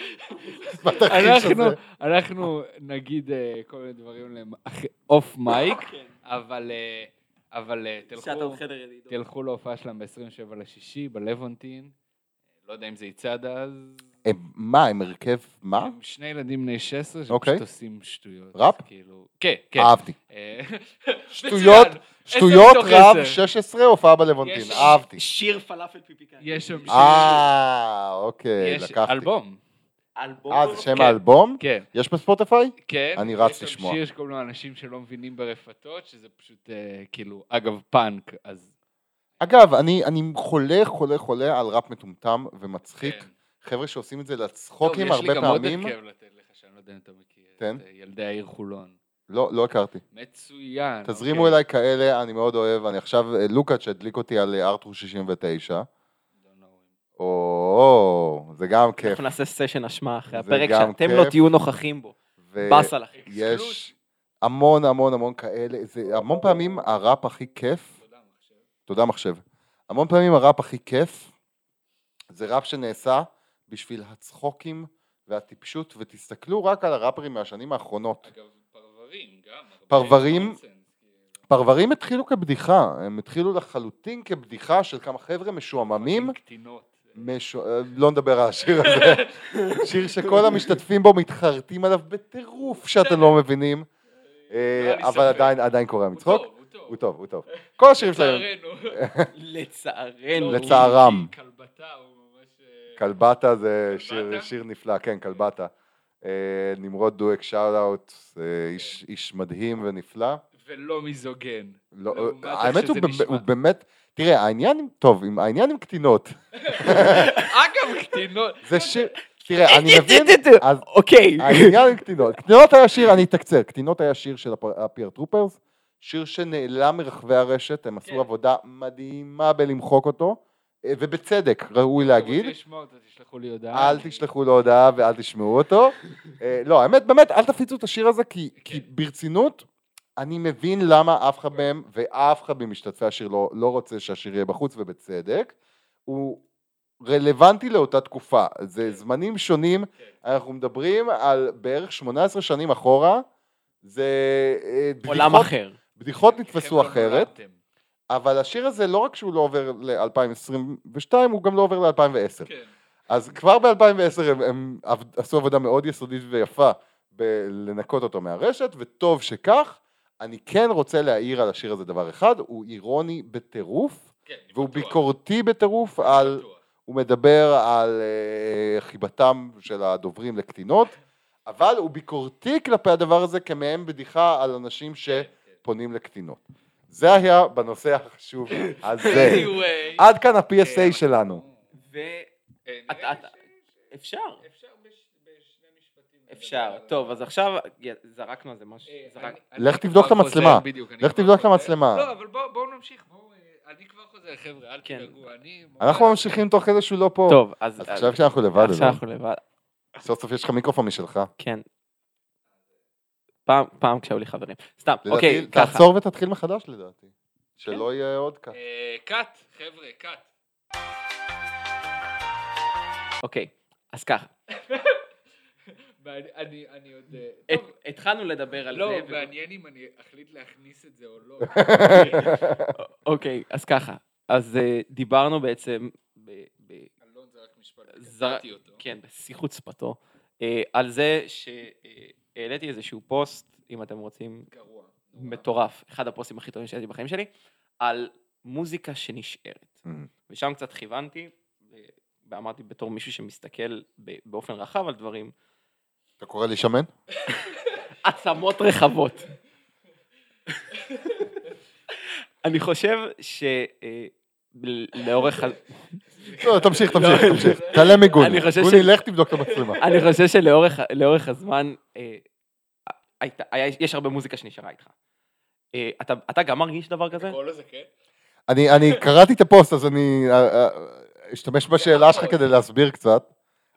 S2: [LAUGHS]
S3: מה התרחיש
S2: אנחנו,
S3: הזה?
S2: אנחנו נגיד אה, כל מיני דברים להם אח- אוף מייק,
S1: כן.
S2: אבל, אה, אבל אה,
S1: שאתה
S2: תלכו,
S1: בחדר ידידות.
S2: תלכו להופעה שלהם ב-27 לשישי, בלוונטין, לא יודע אם זה יצא עד אז,
S3: הם- מה, הם הרכב מה?
S2: הם שני ילדים בני 16
S3: אוקיי.
S2: שפשוט עושים שטויות.
S3: ראפ?
S2: כאילו, כן, כן.
S3: אהבתי.
S2: אה, [LAUGHS]
S3: שטויות,
S2: מצוין.
S3: שטויות
S2: מתוך
S3: רב
S2: עשר.
S3: 16 הופעה בלוונטין,
S2: יש-
S3: אהבתי.
S1: שיר פלאפל פיפי קקי.
S2: יש שם שיר,
S3: אה, אוקיי,
S2: יש
S3: לקחתי.
S2: אלבום.
S1: האלבום...
S3: אה, זה שם
S2: כן.
S3: האלבום?
S2: כן,
S3: יש בספוטיפיי?
S2: כן.
S3: אני רץ
S2: יש שם
S3: לשמוע.
S2: שיר שקוראים לו אנשים שלא מבינים ברפתות, שזה פשוט אה, כאילו, אגב, פאנק, אז...
S3: אגב, אני אני חולה, חולה, חולה על ראפ מטומטם ומצחיק.
S2: כן.
S3: חבר'ה שעושים את זה
S2: טוב,
S3: לצחוקים הרבה
S2: יש לי גם
S3: פעמים. כן.
S2: עוד הרכב לתת לך, שאני לא יודע אם אתה מכיר.
S3: תן.
S2: את, אה, ילדי העיר חולון.
S3: לא, לא הכרתי.
S2: מצוין.
S3: תזרימו
S2: כן, אוקיי.
S3: אליי כאלה, אני מאוד אוהב. אני עכשיו, אה, לוקאץ' הדליק אותי על אה, ארתור 69.
S2: לא נורא.
S3: או, זה גם כיף.
S1: אנחנו נעשה סשן אשמה אחרי
S3: זה
S1: הפרק
S3: גם
S1: שאתם
S3: כיף. אה,
S1: לא תהיו נוכחים בו.
S3: ו-
S1: באסה
S3: [LAUGHS]
S1: לכם.
S3: יש המון המון המון כאלה, זה המון פעמים הראפ הכי כיף,
S2: תודה, מחשב.
S3: תודה מחשב, המון פעמים הראפ הכי כיף, זה ראפ שנעשה בשביל הצחוקים והטיפשות, ותסתכלו רק על הראפרים מהשנים האחרונות.
S2: אגב, פרברים גם. הרבה
S3: פרברים?
S2: נונסנס, כאילו.
S3: פרברים התחילו כבדיחה, הם התחילו לחלוטין כבדיחה של כמה חבר'ה משועממים,
S2: עם קטינות.
S3: משוע... אה, לא נדבר על השיר הזה, שיר שכל המשתתפים בו מתחרטים עליו בטירוף שאתם לא מבינים, אה,
S2: לא היה לי
S3: אבל
S2: ספק.
S3: עדיין, עדיין קורע
S2: הוא
S3: מצחוק.
S2: טוב, הוא טוב.
S3: הוא טוב, הוא טוב. כל השירים שלהם,
S1: לצערנו. [LAUGHS]
S2: לצערנו.
S3: [LAUGHS] כן, לצערם.
S2: כלבתה הוא ממש... אה,
S3: כלבתה זה שיר,
S2: כלבתה?
S3: שיר נפלא, כן, כלבתה. אה, נמרוד דואק, שאול אאוט,
S2: אוקיי.
S3: אה, איש, איש מדהים ונפלא.
S2: ולא מיזוגן. [LAUGHS]
S3: לא,
S2: לעומת
S3: אה,
S2: איך
S3: האמת הוא,
S2: שזה
S3: באמת-
S2: נשמע.
S3: הוא באמת, תראה, העניין עם, טוב, עם, העניין עם קטינות,
S2: אגב, קטינות. [LAUGHS]
S3: זה שיר, תראה, אני
S1: [LAUGHS]
S3: מבין, אה, אז
S1: אוקיי.
S3: העניין עם קטינות, קטינות היה שיר, אני אתקצר, קטינות היה שיר של הפ- הפיאר טרופרס, שיר שנעלם מרחבי הרשת, הם
S2: כן.
S3: עשו עבודה מדהימה בלמחוק אותו, אה, ובצדק, ראוי להגיד.
S2: אתם רוצים לשמוע אותו, תשלחו לי הודעה.
S3: אל
S2: אני-
S3: תשלחו לו הודעה ואל תשמעו אותו. אה, לא, האמת, באמת, אל תפיצו את השיר הזה, כי, כי ברצינות, אני מבין למה אף אחד מהם ואף אחד ממשתתפי השיר לא, לא רוצה שהשיר יהיה בחוץ, ובצדק. הוא רלוונטי לאותה תקופה. זה זמנים שונים, אנחנו מדברים על בערך 18 שנים אחורה, זה אה,
S1: עולם
S3: בדיחות-
S1: אחר.
S3: בדיחות נתפסו
S2: חבר'ה,
S3: אחרת.
S2: נולדתם.
S3: אבל השיר הזה לא רק שהוא לא עובר ל-2022, הוא גם לא עובר ל-2010.
S2: כן.
S3: אז כבר ב-2010 הם, הם עבד- עשו עבודה מאוד יסודית ויפה בלנקות אותו מהרשת, וטוב שכך. אני כן רוצה להעיר על השיר הזה דבר אחד, הוא אירוני בטירוף,
S2: כן, אני
S3: והוא
S2: בטוח,
S3: ביקורתי בטירוף
S2: אני
S3: על...
S2: בטוח.
S3: הוא מדבר על אה, חיבתם של הדוברים לקטינות, אבל הוא ביקורתי כלפי הדבר הזה כמעין בדיחה על אנשים
S2: כן,
S3: שפונים לקטינות. זה היה בנושא החשוב הזה.
S2: [LAUGHS] Anyway.
S3: עד כאן
S2: אה,
S3: ה-PSA שלנו.
S1: ואפשר.
S2: אה,
S1: אתה-
S2: נראה לי
S1: אתה-
S2: ש- אפשר בש- בשני משפטים. לדבר
S1: אפשר.
S2: על-
S1: טוב, אז עכשיו י- זרקנו על זה משהו.
S2: אה,
S1: זרק-
S2: אני- אני
S3: לך
S2: כבר
S3: תבדוק את
S2: חוזר,
S3: המצלמה.
S2: בדיוק, אני
S3: לך
S2: כבר
S3: תבדוק את
S2: חוזר.
S3: המצלמה.
S2: לא, אבל בואו בואו נמשיך. בואו, אה, אני כבר חוזר, חבר'ה, אל
S1: כן.
S2: תדאגו. אני-
S3: אנחנו ממשיכים תוך כדי שהוא לא פה.
S1: טוב, אז...
S3: אז עכשיו כשאנחנו לבד, לא?
S1: עכשיו
S3: אלון,
S1: אנחנו לבד.
S3: סוף סוף יש לך מיקרופון משלך.
S1: כן. פעם, פעם כשהיו לי חברים. סתם,
S3: לדעתי,
S1: אוקיי, ככה. כן.
S3: תעצור ותתחיל מחדש לדעתי. שלא יהיה עוד ככה.
S2: אה, קאט, חבר'ה, קאט.
S1: אוקיי, אז ככה.
S2: ואני- אני אני עוד... אה,
S1: הת-
S2: טוב,
S1: התחלנו לדבר על זה.
S2: לא,
S1: ו-
S2: מעניין אם אני אחליט להכניס את זה או
S3: [LAUGHS]
S2: לא.
S1: אוקיי, אז ככה. אז אה, דיברנו בעצם, ב- ב-
S2: אלון זה רק משפט,
S1: זרק-
S2: קטעתי אותו.
S1: כן, בשיא חוצפתו, אה, על זה שהעליתי איזשהו פוסט, אם אתם רוצים,
S2: גרוע. נורא.
S1: מטורף, אחד הפוסטים הכי טובים שהייתי בחיים שלי, על מוזיקה שנשארת.
S3: Mm.
S1: ושם קצת כיוונתי, ו- ואמרתי בתור מישהו שמסתכל ב- באופן רחב על דברים,
S3: אתה קורא לי שמן?
S1: עצמות רחבות. אני חושב אה, שלאורך...
S3: לא, תמשיך, תמשיך,
S1: לא,
S3: תמשיך. תעלה מגוני.
S1: אני חושב
S3: גוני,
S1: ש-
S3: לך תבדוק את המצלמה.
S1: אני חושב שלאורך לאורך הזמן, אה, היית- היה- יש הרבה מוזיקה שנשארה איתך. אה, אתה- אתה גם מרגיש דבר כזה?
S2: לקרוא לזה כן?
S3: אני אני קראתי את הפוסט, אז אני אה, אה, אשתמש בשאלה שלך כדי להסביר קצת.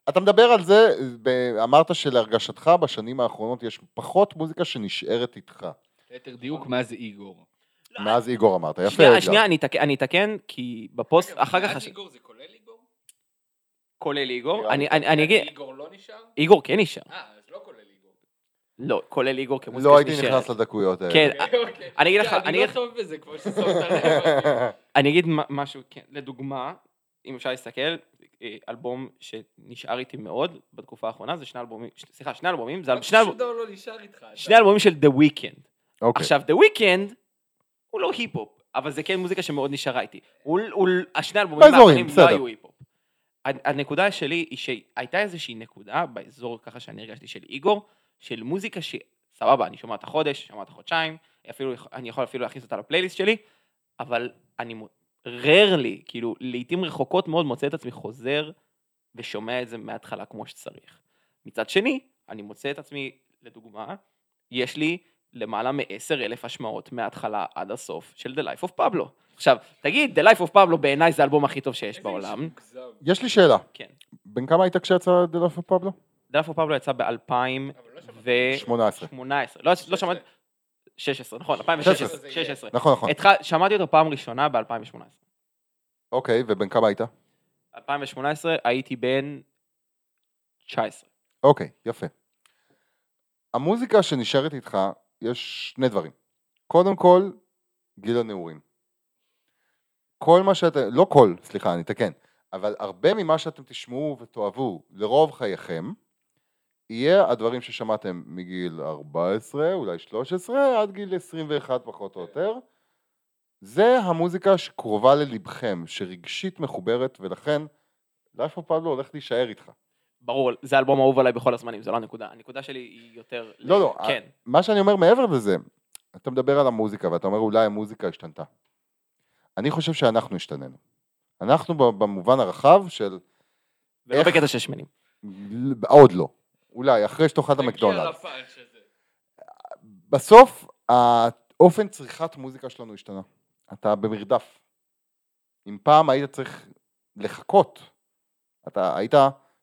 S3: אתה מדבר על זה, ב- אמרת שלהרגשתך בשנים האחרונות יש פחות מוזיקה שנשארת
S1: לא,
S3: איתך.
S2: ליתר
S1: נכון.
S2: דיוק, מה זה איגור?
S3: מאז איגור אמרת, יפה.
S1: שנייה,
S3: אגב.
S1: שנייה, אני אתק- אני אתקן, כי בפוסט,
S2: אגב,
S1: אחר
S2: מאז
S1: כך,
S2: איגור זה כולל איגור?
S1: כולל איגור,
S3: נראה לי
S1: אני- אני אני אגיד,
S2: איגור לא נשאר?
S1: איגור כן נשאר.
S2: אה, אז לא כולל איגור.
S1: לא, כולל איגור כמוזיקה
S3: לא הייתי
S1: שנשארת.
S3: נכנס לדקויות האלה.
S1: כן,
S2: אוקיי, אוקיי.
S1: אני אגיד לך,
S2: כן,
S1: אני
S2: אני
S1: אגיד
S2: לא
S1: לך-
S2: טוב בזה, כמו ששמת לב.
S1: אני אגיד מ- משהו, כן, לדוגמה, אם אפשר להסתכל, אה, אלבום שנשאר איתי מאוד בתקופה האחרונה, זה שני אלבומים, ש- סליחה, שני אלבומים, זה אל- שני אלבומים-
S2: שום דבר לא נשאר איתך. אתה-
S1: שני אלבומים של The Weeknd.
S3: [LAUGHS] אוקיי.
S1: עכשיו, The Weeknd הוא לא היפ-הופ, אבל זה כן מוזיקה שמאוד נשארה איתי. הוא- הוא- השני האלבומים
S3: באזורים,
S1: האחרונים לא
S3: בסדר.
S1: היו היפ-הופ. הנ- הנקודה שלי היא שהייתה איזושהי נקודה באזור ככה שאני הרגשתי של איגור, של מוזיקה שסבבה, אני שומע אותה חודש, שומע אותה חודשיים, אפילו, יכ- אני יכול אפילו להכניס אותה לפלייליסט שלי, אבל אני ררלי, כאילו, לעיתים רחוקות מאוד מוצא את עצמי חוזר ושומע את זה מההתחלה כמו שצריך. מצד שני, אני מוצא את עצמי, לדוגמה, יש לי למעלה מ-10 אלף השמעות מההתחלה עד הסוף של The Life of Pablo. עכשיו, תגיד, The Life of Pablo בעיניי זה האלבום הכי טוב שיש בעולם.
S3: יש לי שאלה.
S1: כן.
S3: בן כמה היית כשיצא דלאפה פבלו?
S1: דף פבלו יצא ב-2018.
S2: לא
S1: ו-
S3: 18.
S1: לא, לא שמעתי... 16, נכון, 2016.
S2: 16.
S1: 16.
S3: נכון, נכון.
S1: התח- שמעתי אותו פעם ראשונה ב-2018.
S3: אוקיי, ובן כמה היית?
S1: 2018 הייתי בן 19.
S3: אוקיי, יפה. המוזיקה שנשארת איתך, יש שני דברים. קודם כל, גיל הנעורים. כל מה שאתה, לא כל, סליחה, אני אתקן, אבל הרבה ממה שאתם תשמעו ותאהבו לרוב חייכם, יהיה הדברים ששמעתם מגיל 14, אולי 13, עד גיל 21 פחות או יותר. זה המוזיקה שקרובה ללבכם, שרגשית מחוברת, ולכן Life of Pablo הולך להישאר איתך.
S1: ברור, זה האלבום האהוב עליי בכל הזמנים, זו לא הנקודה. הנקודה שלי היא יותר... ל-
S3: לא, לא,
S1: כן.
S3: מה שאני אומר מעבר לזה, אתה מדבר על המוזיקה ואתה אומר אולי המוזיקה השתנתה. אני חושב שאנחנו השתננו. אנחנו ב- במובן הרחב של
S1: ולא
S3: איך-
S1: בקטע של שמנים.
S3: עוד לא. אולי, אחרי שתאכל את
S2: תגיע
S3: המקדונלד.
S2: לפאנץ' הזה.
S3: בסוף, האופן צריכת מוזיקה שלנו השתנה. אתה במרדף. אם פעם היית צריך לחכות, אתה היית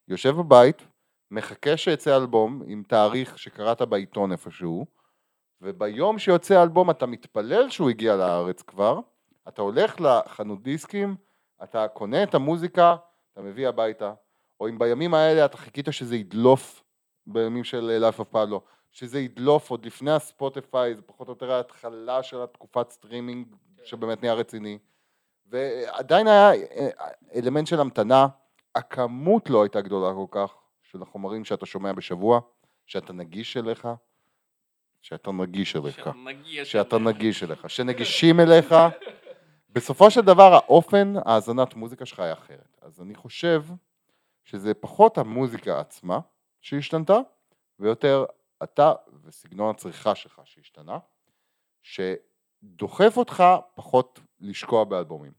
S3: יושב בבית, מחכה שיצא אלבום עם תאריך שקראת בעיתון איפשהו, וביום שיוצא האלבום אתה מתפלל שהוא הגיע לארץ כבר, אתה הולך לחנות דיסקים, אתה קונה את המוזיקה, אתה מביא הביתה, או אם בימים האלה אתה חיכית שזה ידלוף, בימים של אה, Life of Pablo, שזה ידלוף עוד לפני הספוטיפיי, זה פחות או יותר ההתחלה של התקופת סטרימינג שבאמת נהיה רציני. ועדיין היה אה, אלמנט של המתנה, הכמות לא הייתה גדולה כל כך, של החומרים שאתה שומע בשבוע, שאתה נגיש אליך, שאתה נגיש אליך.
S1: שמגיע
S3: שאתה
S1: שם.
S3: נגיש אליך, שנגישים אליך. בסופו של דבר, האופן האזנת מוזיקה שלך היה אחרת. אז אני חושב שזה פחות המוזיקה עצמה שהשתנתה, ויותר אתה וסגנון הצריכה שלך שהשתנה, שדוחף אותך פחות לשקוע באלבומים.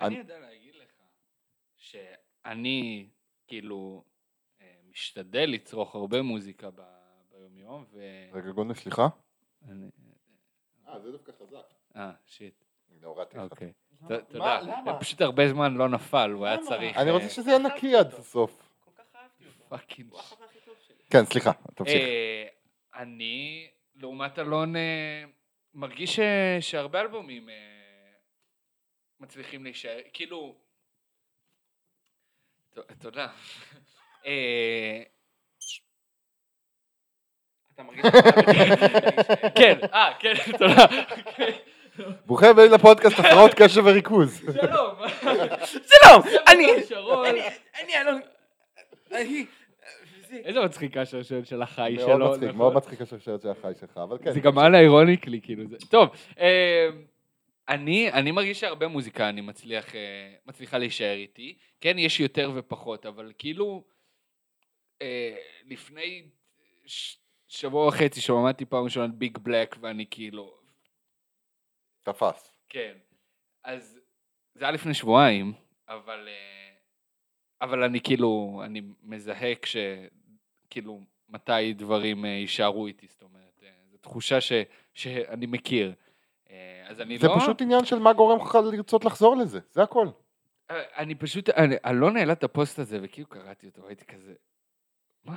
S2: אני
S3: אני-
S2: יודע להגיד לך שאני כאילו אה, משתדל לצרוך הרבה מוזיקה ב- ביום-יום, ו...
S3: רגע, גונן, סליחה?
S2: אני-
S3: אה, זה דווקא חזק.
S2: אה, שיט,
S3: הנה, הורדתי לך.
S2: אוקיי. ת-
S1: מה,
S2: תודה.
S1: למה?
S2: פשוט הרבה זמן לא נפל, הוא היה צריך...
S3: אני רוצה
S2: אה,
S3: שזה יהיה נקי עד הסוף.
S1: כל כך אהבתי אותו.
S2: פאקינג...
S1: הוא החבר הכי טוב שלי.
S3: כן, סליחה, תמשיך.
S2: אה, אני, לעומת אלון, אה, מרגיש ש- שהרבה אלבומים אה, מצליחים להישאר, כאילו... ת- תודה. [LAUGHS] אה,
S1: אתה מרגיש שאתה
S2: כן, אה, כן, [LAUGHS] תודה.
S3: ברוכים הבאים לפודקאסט הפרעות קשב וריכוז.
S2: [LAUGHS] שלום.
S1: שלום, לא! אני...
S2: שרון.
S1: אני- אני אלון... אני... זה-
S2: איזה מצחיקה שהשואל של החי שלו.
S3: מאוד מצחיק,
S2: נכון?
S3: מאוד מצחיק השרשרת של החי שלך, אבל כן.
S2: זה גם על האירוניקלי, כאילו זה. טוב, אה, אני, אני מרגיש שהרבה מוזיקה אני מצליח, אה, מצליחה להישאר איתי. כן, יש יותר ופחות, אבל כאילו, אה, לפני ש- שבוע וחצי שמעתי פעם ראשונה את ביג בלק, ואני כאילו,
S3: תפס.
S2: כן. אז זה היה לפני שבועיים, אבל, אה, אבל אני כאילו, אני מזהה כש... כאילו, מתי דברים אה, יישארו איתי, זאת אומרת, אה, זו תחושה ש, שאני מכיר. אה, אז אני
S3: זה
S2: לא...
S3: פשוט עניין של מה גורם לך לרצות לחזור לזה, זה הכל.
S2: אה, אני פשוט, אני, אלון העלה את הפוסט הזה, וכאילו קראתי אותו, הייתי כזה... מה?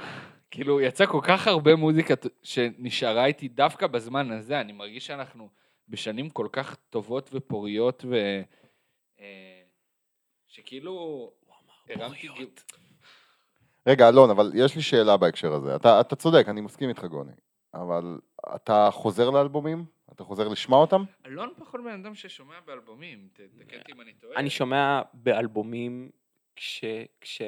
S2: כאילו, יצא כל כך הרבה מוזיקה ת- שנשארה איתי דווקא בזמן הזה, אני מרגיש שאנחנו בשנים כל כך טובות ופוריות, ו... אה, שכאילו... הרמתי גיל-
S3: רגע, אלון, אבל יש לי שאלה בהקשר הזה. אתה, אתה צודק, אני מסכים איתך, גוני. אבל אתה חוזר לאלבומים? אתה חוזר לשמוע אותם?
S2: אלון פחות בן אדם ששומע באלבומים, ת- תקן אותי אם אני טועה.
S1: אני שומע באלבומים, כש... כש...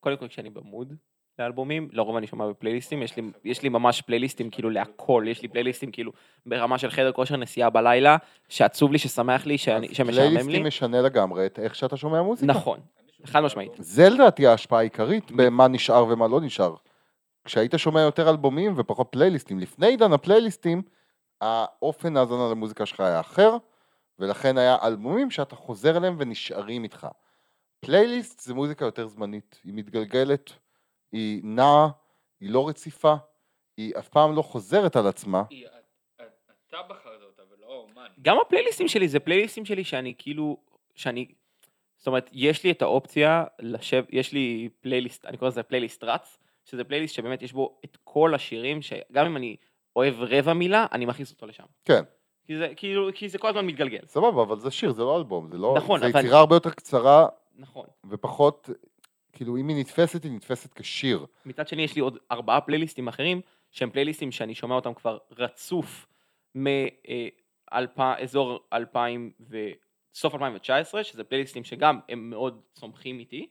S1: קודם כל כשאני במוד לאלבומים, לרוב אני שומע בפלייליסטים, יש לי, יש לי ממש פלייליסטים כאילו להכל, יש לי פלייליסטים כאילו ברמה של חדר כושר נסיעה בלילה, שעצוב לי, ששמח לי, שאני,
S3: אז
S1: שמשעמם לי.
S3: פלייליסטים משנה לגמרי את איך שאתה שומע מוזיקה.
S1: נכון. חד משמעית.
S3: זה לדעתי ההשפעה העיקרית במה נשאר ומה לא נשאר. כשהיית שומע יותר אלבומים ופחות פלייליסטים, לפני עידן הפלייליסטים, האופן ההאזנה למוזיקה שלך היה אחר, ולכן היה אלבומים שאתה חוזר אליהם ונשארים איתך. פלייליסט זה מוזיקה יותר זמנית, היא מתגלגלת, היא נעה, היא לא רציפה, היא אף פעם לא חוזרת על עצמה.
S2: היא- את- את- אתה בחרת אותה לא ולא האומן.
S1: גם הפלייליסטים שלי זה פלייליסטים שלי שאני כאילו, שאני, זאת אומרת, יש לי את האופציה לשב, יש לי פלייליסט, אני קורא לזה פלייליסט רץ, שזה פלייליסט שבאמת יש בו את כל השירים, שגם אם אני אוהב רבע מילה, אני מכניס אותו לשם.
S3: כן.
S1: כי זה כאילו, כי זה כל הזמן מתגלגל.
S3: סבבה, אבל זה שיר, זה לא אלבום, זה לא...
S1: נכון,
S3: זה
S1: אבל-
S3: יצירה הרבה יותר קצרה
S1: נכון.
S3: ופחות... כאילו, אם היא נתפסת, היא נתפסת כשיר.
S1: מצד שני, יש לי עוד ארבעה פלייליסטים אחרים, שהם פלייליסטים שאני שומע אותם כבר רצוף אה, מאזור 2000 ו... סוף 2019, שזה פלייליסטים שגם הם מאוד צומחים איתי,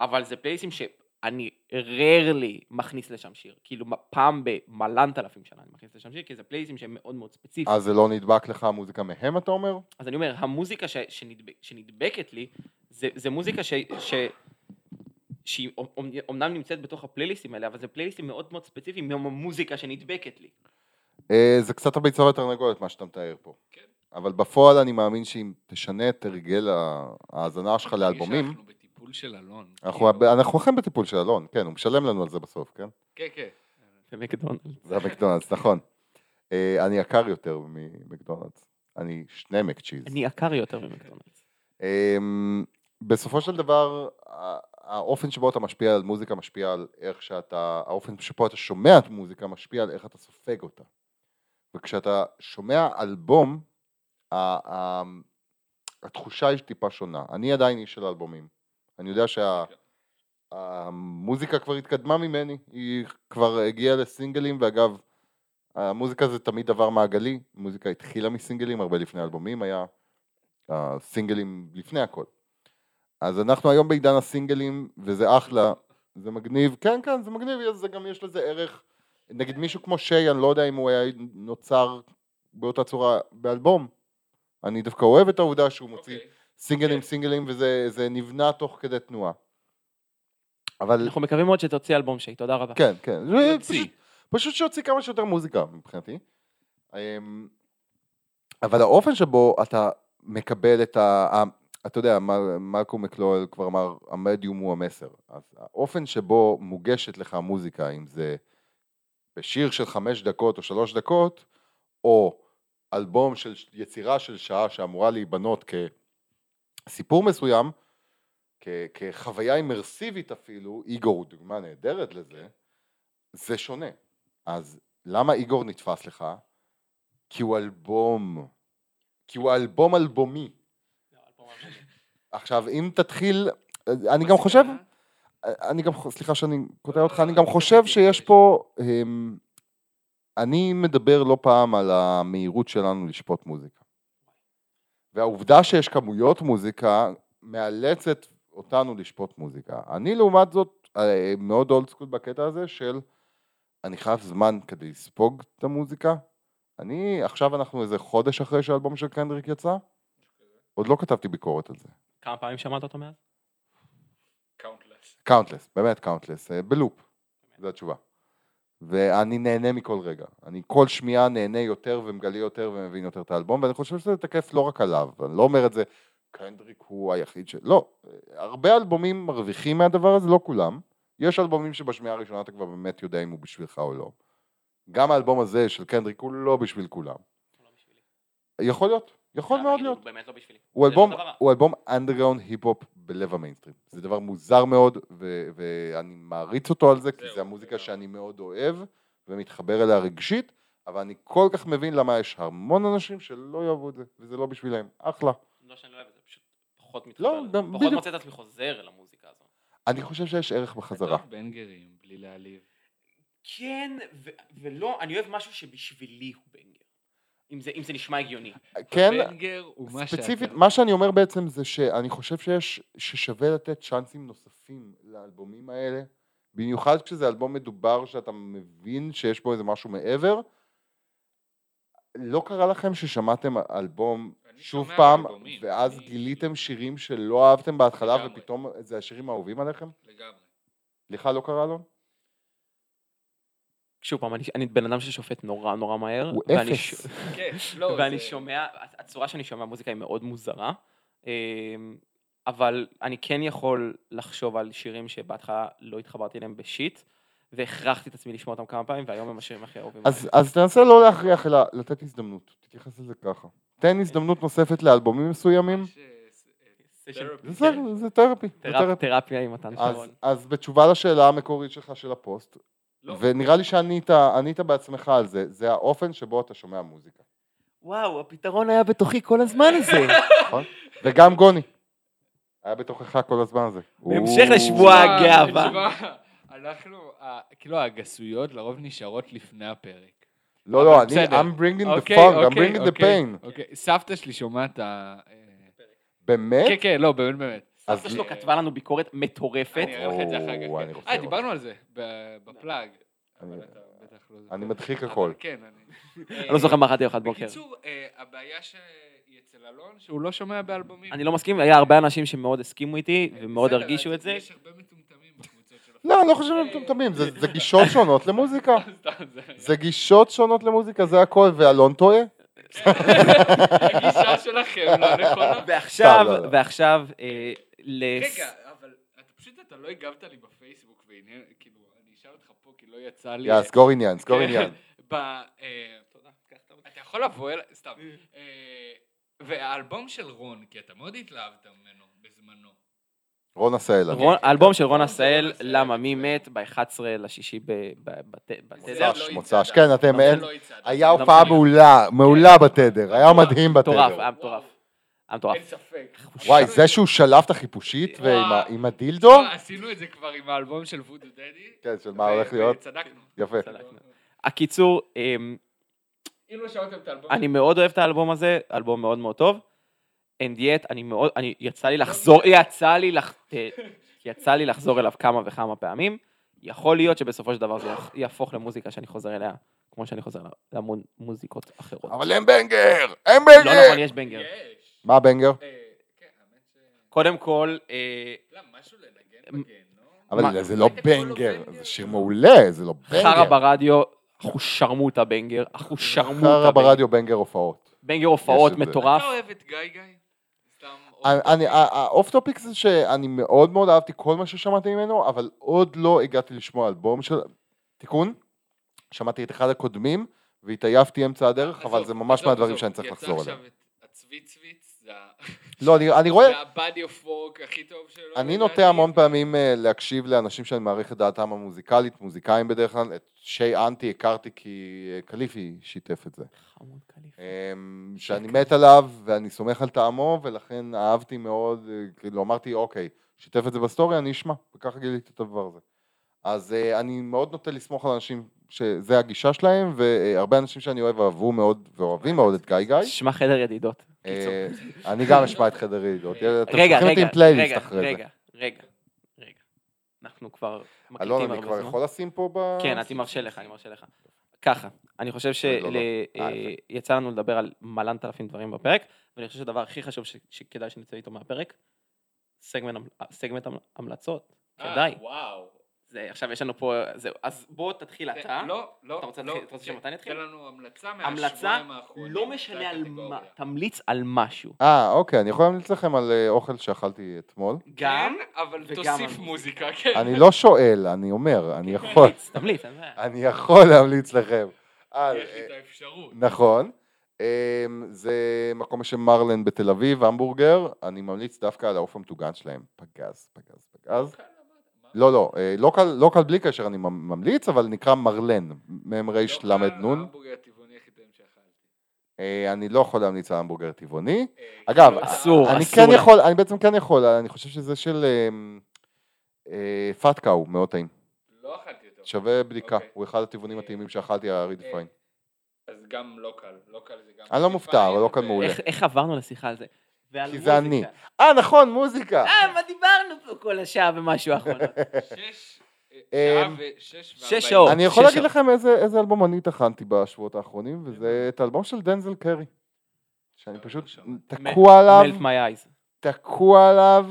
S1: אבל זה פלייליסטים שאני ררלי מכניס לשם שיר. כאילו, מה- פעם במלנת אלפים שנה אני מכניס לשם שיר, כי זה פלייליסטים שהם מאוד מאוד ספציפיים.
S3: אז זה לא נדבק לך המוזיקה מהם, אתה אומר?
S1: אז אני אומר, המוזיקה ש, שנדבק, שנדבקת לי, זה, זה מוזיקה ש, ש, שהיא אומ- אומנם נמצאת בתוך הפלייליסטים האלה, אבל זה פלייליסטים מאוד מאוד ספציפיים מהמוזיקה שנדבקת לי.
S3: אה, זה קצת הביצה והתרנגולת, מה שאתה מתאר פה.
S2: כן.
S3: אבל בפועל אני מאמין שאם תשנה את הרגל ה- ההאזנה שלך לאלבומים,
S2: אנחנו בטיפול של אלון.
S3: אנחנו
S2: כאילו.
S3: אנחנו אכן בטיפול של אלון, כן, הוא משלם לנו על זה בסוף, כן?
S2: כן, כן.
S1: במקדונלדס.
S3: זה המקדונלדס, נכון. אה, אני יקר יותר ממקדונלדס. אני שני מקצ'יז.
S1: אני יקר יותר ממקדונלדס.
S3: אמ, בסופו של דבר, ה- האופן שבו אתה משפיע על מוזיקה משפיע על איך שאתה, האופן שבו אתה שומע את מוזיקה משפיע על איך אתה סופג אותה. וכשאתה שומע אלבום, ה- ה- התחושה היא טיפה שונה. אני עדיין איש של אלבומים. אני יודע שהמוזיקה כבר התקדמה ממני, היא כבר הגיעה לסינגלים, ואגב, המוזיקה זה תמיד דבר מעגלי, מוזיקה התחילה מסינגלים, הרבה לפני אלבומים היה הסינגלים לפני הכל. אז אנחנו היום בעידן הסינגלים, וזה אחלה, זה מגניב, כן כן זה מגניב, יש- זה גם יש לזה ערך, נגיד מישהו כמו שיי, אני לא יודע אם הוא היה נוצר באותה צורה באלבום, אני דווקא אוהב את העובדה שהוא מוציא
S2: אוקיי.
S3: סינגלים
S2: כן.
S3: סינגלים וזה זה נבנה תוך כדי תנועה. אבל
S1: אנחנו מקווים מאוד שתוציא אלבום שי, תודה רבה.
S3: כן כן, זה
S2: יוציא.
S3: פשוט- פשוט שיוציא כמה שיותר מוזיקה מבחינתי. אמ, אבל האופן שבו אתה מקבל את ה... ה- אתה יודע, מל- מלקום מקלואל כבר אמר, המדיום הוא המסר. אז האופן שבו מוגשת לך המוזיקה, אם זה בשיר של חמש דקות או שלוש דקות, או אלבום של יצירה של שעה שאמורה להיבנות כסיפור מסוים, כ, כחוויה אימרסיבית אפילו, איגור הוא דוגמה נהדרת לזה, זה שונה. אז למה איגור נתפס לך? כי הוא אלבום. כי הוא אלבום אלבומי. עכשיו, אם תתחיל, אה, אני גם חושב, אני גם, חו- סליחה שאני קוטע אותך, אני גם חושב שיש פה, אמ, אני מדבר לא פעם על המהירות שלנו לשפוט מוזיקה. והעובדה שיש כמויות מוזיקה מאלצת אותנו לשפוט מוזיקה. אני לעומת זאת אה, מאוד אולד סקול בקטע הזה של אני חייב זמן כדי לספוג את המוזיקה. אני, עכשיו אנחנו איזה חודש אחרי שהאלבום של קנדריק יצא, עוד לא כתבתי ביקורת על זה.
S1: כמה פעמים שמעת אותו מאז?
S2: קאונטלס.
S3: קאונטלס, באמת קאונטלס, אה, בלופ, זו התשובה. ואני נהנה מכל רגע. אני כל שמיעה נהנה יותר ומגלה יותר ומבין יותר את האלבום, ואני חושב שזה תקף לא רק עליו, אני לא אומר את זה, קנדריק הוא היחיד ש... לא, אה, הרבה אלבומים מרוויחים מהדבר הזה, לא כולם. יש אלבומים שבשמיעה הראשונה אתה כבר באמת יודע אם הוא בשבילך או לא. גם האלבום הזה של קנדריק הוא לא בשביל כולם. יכול להיות, יכול נכון, מאוד להיות.
S1: הוא באמת לא בשבילי. זה
S3: הוא
S1: לא
S3: אלבום,
S1: דבר רע.
S3: הוא אלבום אנדרגראונד היפ-הופ בלב המיינסטרים. זה דבר מוזר מאוד, ו- ואני מעריץ אותו על זה, כי
S2: זהו,
S3: זו המוזיקה
S2: לגמרי.
S3: שאני מאוד אוהב, ומתחבר אליה רגשית, אבל אני כל כך מבין למה יש המון אנשים שלא יאהבו את זה, וזה לא בשבילם. אחלה.
S1: לא שאני לא אוהב את זה, פשוט פחות
S3: לא,
S1: מתחבר. לזה.
S3: גם-
S1: פחות
S3: בדיוק.
S1: מוצא את עצמי חוזר למוזיקה הזו.
S3: אני חושב שיש ערך בחזרה.
S2: אתה אוהב בנגרים, בלי להעליב.
S1: כן ו- ולא, אני אוהב משהו שבשבילי הוא בנגר. אם זה, אם זה נשמע הגיוני.
S3: כן,
S2: בנגר הוא מה שאתה...
S3: ספציפית, מה שאני אומר בעצם זה שאני חושב שיש, ששווה לתת צ'אנסים נוספים לאלבומים האלה, במיוחד כשזה אלבום מדובר שאתה מבין שיש בו איזה משהו מעבר. לא קרה לכם ששמעתם אלבום
S2: אני אני
S3: שוב
S2: שומע
S3: פעם,
S2: אלבומים,
S3: ואז
S2: אני-
S3: גילית,ם שירים שלא אהבתם בהתחלה,
S2: לגמרי.
S3: ופתאום זה השירים האהובים עליכם?
S2: לגמרי.
S3: לך לא קרה אלון?
S1: שוב פעם, אני- אני בן אדם ששופט נורא נורא מהר.
S3: הוא
S1: ואני
S3: אפס.
S1: ש-
S2: כן, [LAUGHS] לא,
S1: ואני
S2: זה-
S1: שומע, הצורה שאני שומע מוזיקה היא מאוד מוזרה, אמ, אבל אני כן יכול לחשוב על שירים שבהתחלה לא התחברתי אליהם בשיט, והכרחתי את עצמי לשמוע אותם כמה פעמים, והיום הם השירים הכי אהובים.
S3: אז,
S1: עליי.
S3: אז תנסה לא להכריח, אלא לתת הזדמנות. תתייחס לזה ככה. תן הזדמנות נוספת לאלבומים מסוימים.
S2: ש-
S1: סשן-
S2: therapy.
S3: זה, זה תרפי. זה
S1: כן. תרפ-
S3: תרפי.
S1: תרפיה עם מתן
S3: אז,
S2: נכון.
S1: שרון.
S3: אז בתשובה לשאלה המקורית שלך של הפוסט,
S2: לא,
S3: ונראה לי שענית ענית בעצמך על זה, זה האופן שבו אתה שומע מוזיקה,
S1: וואו, הפתרון היה בתוכי כל הזמן הזה. [LAUGHS]
S3: נכון? וגם גוני, היה בתוכך כל הזמן הזה. לא,
S1: בהמשך
S3: הוא-
S1: לשבוע
S2: תשמע,
S1: הגאווה.
S2: תשמע, אנחנו, ה- כאילו הגסויות לרוב נשארות לפני הפרק.
S3: לא, לא,
S2: אבל
S3: אני,
S2: בסדר.
S3: I'm bringing the
S2: אוקיי,
S3: fun, I'm
S2: אוקיי,
S3: bringing the
S2: אוקיי,
S3: pain.
S2: אוקיי, סבתא שלי שומעת ה... כן,
S3: באמת?
S2: כן, לא, באמת, באמת.
S3: אז-
S1: סבתא שלו כתבה לנו ביקורת מטורפת.
S2: אני אראה לך את זה אחר כך.
S3: או,
S2: כן.
S3: אני רוצה
S2: אה,
S3: לראות.
S2: דיברנו על זה, ב- בפלאג. אבל
S3: אני-
S2: אתה בטח לא זוכר.
S3: אני מדחיק
S2: אבל
S3: הכל.
S2: כן, אני...
S1: [LAUGHS] אני לא זוכר מה אחת אחת בוקר.
S2: בקיצור, אה, הבעיה שהיא אצל אלון, שהוא לא שומע באלבומים.
S1: אני לא מסכים, היה הרבה אנשים שמאוד הסכימו איתי
S2: אה,
S1: ומאוד
S2: בסדר,
S1: הרגישו
S2: אז
S1: את זה.
S2: יש הרבה מטומטמים בקבוצות שלכם.
S3: לא, אני לא חושב שהם מטומטמים, זה זה גישות שונות למוזיקה.
S2: אה, [LAUGHS] סתם, זה היה-
S3: זה [LAUGHS] גישות שונות למוזיקה, זה הכל, ואלון טועה?
S2: הגישה שלכם לא נכונה.
S1: ועכשיו,
S3: לא, לא.
S1: ועכשיו, אה, לס...
S2: רגע, אבל אתה פשוט, אתה לא הגבת לי בפייסבוק, ועניין, כאילו, אני אשאל אותך פה, כי לא יצא לי...
S3: יא, סגור עניין, סגור
S2: כן.
S3: עניין.
S2: ב... אה, אתה יכול לבוא אליי, סתם. אה, והאלבום של רון, כי אתה מאוד התלהבת ממנו בזמנו.
S3: רון עשהאלה.
S1: רון- האלבום של רון
S2: רון
S1: עשהאל,
S2: עשהאל,
S1: למה
S2: כן.
S1: מי מת, ב-11 לשישי ב- ב- בת-
S2: זה לא
S1: בתדר.
S3: מוצ"ש,
S2: הצעדה.
S3: מוצ"ש. כן, אתם,
S2: זה
S3: אין-
S2: לא כן. הצעדה.
S3: היה הופעה מעולה, מעולה בתדר, היה מדהים
S1: מטורף,
S3: בתדר.
S1: היה מטורף. היה מטורף.
S2: אין ספק.
S3: [LAUGHS] וואי, זה שהוא שלף את החיפושית
S2: וואי.
S3: ועם ה- עם הדילדו,
S2: לא, עשינו את זה כבר עם האלבום של וודו דדי.
S3: כן, של מה
S2: אה,
S3: הולך להיות,
S2: צדקנו.
S3: יפה.
S1: צדקנו. הקיצור, אמ,
S2: אם לא שמעתם את האלבום,
S1: אני מאוד אוהב את האלבום הזה, אלבום מאוד מאוד טוב. And yet, אני מאוד, אני, יצא לי לחזור, יצא לי, לח, אה, יצא לי לחזור אליו כמה וכמה פעמים. יכול להיות שבסופו של דבר זה יח- יהפוך למוזיקה שאני חוזר אליה, כמו שאני חוזר למוזיקות אחרות.
S3: אבל אין בנגר, אין
S1: לא
S3: בנגר!
S1: נכון, יש בנגר.
S2: יש.
S3: מה הבנגר?
S2: אה, כן, האמת ש...
S1: קודם כל, אה,
S2: לא, משהו לנגן
S1: מ-
S2: בגיהנום?
S1: מה?
S3: אבל זה לא
S2: ראית כל
S3: בנגר,
S2: הבנגר?
S3: זה שיר מעולה, זה לא
S1: חרא
S3: בנגר.
S1: ברדיו, אחושרמוטה בנגר, אחושרמוטה בנגר.
S3: חרא ברדיו בנגר הופעות.
S1: בנגר הופעות
S3: יש אה, את זה.
S1: מטורף.
S2: אתה לא אוהב את גיא גיא? סתם...
S3: אני- אני- ה- האוף טופיק זה שאני מאוד מאוד אהבתי כל מה ששמעתי ממנו, אבל עוד לא הגעתי לשמוע אלבום של... תיקון, שמעתי את אחד הקודמים, והתעייפתי אמצע הדרך, אבל
S2: עזוב,
S3: זה ממש
S2: עזוב,
S3: מהדברים
S2: עזוב,
S3: שאני צריך לחזור
S2: יצא
S3: אליהם.
S2: עכשיו את הצוויצוויץ, זה ה-
S3: לא, אני אני רואה,
S2: זה הבאדי אוף וורק הכי טוב שלו.
S1: לא
S3: אני
S2: לדעתי.
S3: נוטה המון פעמים אה, להקשיב לאנשים שאני מעריך את דעתם המוזיקלית, מוזיקאים בדרך כלל, את שי אנטי הכרתי כי אה, קליפי שיתף את זה.
S1: כן. חמוד קליף.
S3: אמ, שאני
S1: כן,
S3: מת עליו ואני סומך על טעמו ולכן אהבתי מאוד, אה, כאילו אמרתי אוקיי, שיתף את זה בסטורי, אני אשמע, וככה גיליתי את הדבר הזה. אז אה, אני מאוד נוטה לסמוך על אנשים שזה הגישה שלהם, והרבה אנשים שאני אוהב אהבו מאוד ואוהבים מאוד את גיא גיא.
S1: שמע חדר ידידות. קיצור.
S3: אה, אני גם
S1: [LAUGHS]
S3: אשמע את חדר ידידות, אתם
S1: רגע,
S3: שולחים אותי
S1: רגע,
S3: עם פלייליסט
S1: רגע,
S3: אחרי זה.
S1: רגע, רגע, רגע. אנחנו כבר
S3: אלון,
S1: מקליטים
S3: אני
S1: הרבה
S3: כבר
S1: זמן.
S3: יכול לשים פה ב...
S1: כן, אני מרשה לך, אני מרשה לך. ככה, אני חושב
S3: לא, לא. אה, יפה.
S1: שיצא לנו לדבר על מלנת אלפים דברים בפרק, ואני חושב שהדבר הכי חשוב ש- שכדאי שנצא איתו מהפרק, סגמנט המ- סגמנט המ- המלצות,
S2: אה,
S1: כדאי.
S2: וואו.
S1: זה- עכשיו יש לנו פה, זהו, אז בוא תתחיל
S2: זה-
S1: אתה.
S2: לא, לא.
S1: אתה רוצה
S2: לא,
S1: להתחיל- אתה רוצה
S2: כן,
S1: שמתן יתחיל?
S2: תן לנו המלצה
S1: המלצה,
S2: מהשבועיים האחרונים.
S1: לא
S2: זה
S1: משנה על מה,
S2: הקטגוריה.
S1: תמליץ על משהו.
S3: אה, אוקיי, אני יכול להמליץ לכם על אה, אוכל שאכלתי אתמול.
S1: גם,
S2: כן, אבל
S1: וגם
S2: תוסיף
S1: המוזיקה.
S3: [LAUGHS]
S2: מוזיקה, כן.
S3: אני לא שואל, אני אומר, אני יכול.
S1: [LAUGHS] תמליץ, תמליץ, אין בעיה.
S3: אני יכול להמליץ לכם. על,
S2: יש לי את
S3: אה,
S2: האפשרות.
S3: נכון. אה, זה מקום בשם מרלן בתל אביב, המבורגר. אני ממליץ דווקא על העוף המטוגן שלהם. פגז, פגז, פגז.
S2: כן, מה?
S3: לא, לא, אה, לא קל- לא קל בלי קשר, אני ממ- ממליץ, אבל נקרא מרלן, מ"ר
S2: לא,
S3: ל"נ.
S2: ההמבורגר הטבעוני הכי טעים שאכלתי.
S3: אה, אני לא יכול להמליץ על המבורגר טבעוני.
S2: אה,
S3: אגב,
S2: כאילו,
S1: אסור.
S3: אני
S1: אסור
S3: כן
S1: לך.
S3: יכול, אני בעצם כן יכול, אני חושב שזה של אמ, אה, פתקה, הוא מאוד טעים.
S2: לא אכלתי אותו.
S3: שווה בדיקה,
S2: אוקיי.
S3: הוא אחד הטבעונים
S2: אה,
S3: הטעימים שאכלתי, הריד
S2: אה,
S3: פיין.
S2: אז גם לא קל, לא קל זה גם... אה,
S3: אני לא מופתע, אבל לא
S2: ו-
S3: קל מעולה.
S1: איך- איך עברנו לשיחה על זה? ועל
S3: כי זה אני.
S1: מוזיקה.
S3: אה, נכון, מוזיקה.
S1: אה, מה דיברנו פה כל השעה ומשהו
S3: [LAUGHS]
S1: האחרונות?
S2: שש, אה,
S1: [LAUGHS]
S2: שעה
S3: אמ,
S2: ו- שש
S1: שש
S2: וארבעים.
S1: שעות.
S3: אני יכול להגיד
S1: שש-
S3: לכם איזה איזה אלבום אני טחנתי בשבועות האחרונים, וזה את האלבום של דנזל קרי.
S2: אה, לא,
S3: שאני פשוט
S2: שמע.
S3: תקוע עליו,
S1: מלט מי אייז.
S3: תקוע עליו,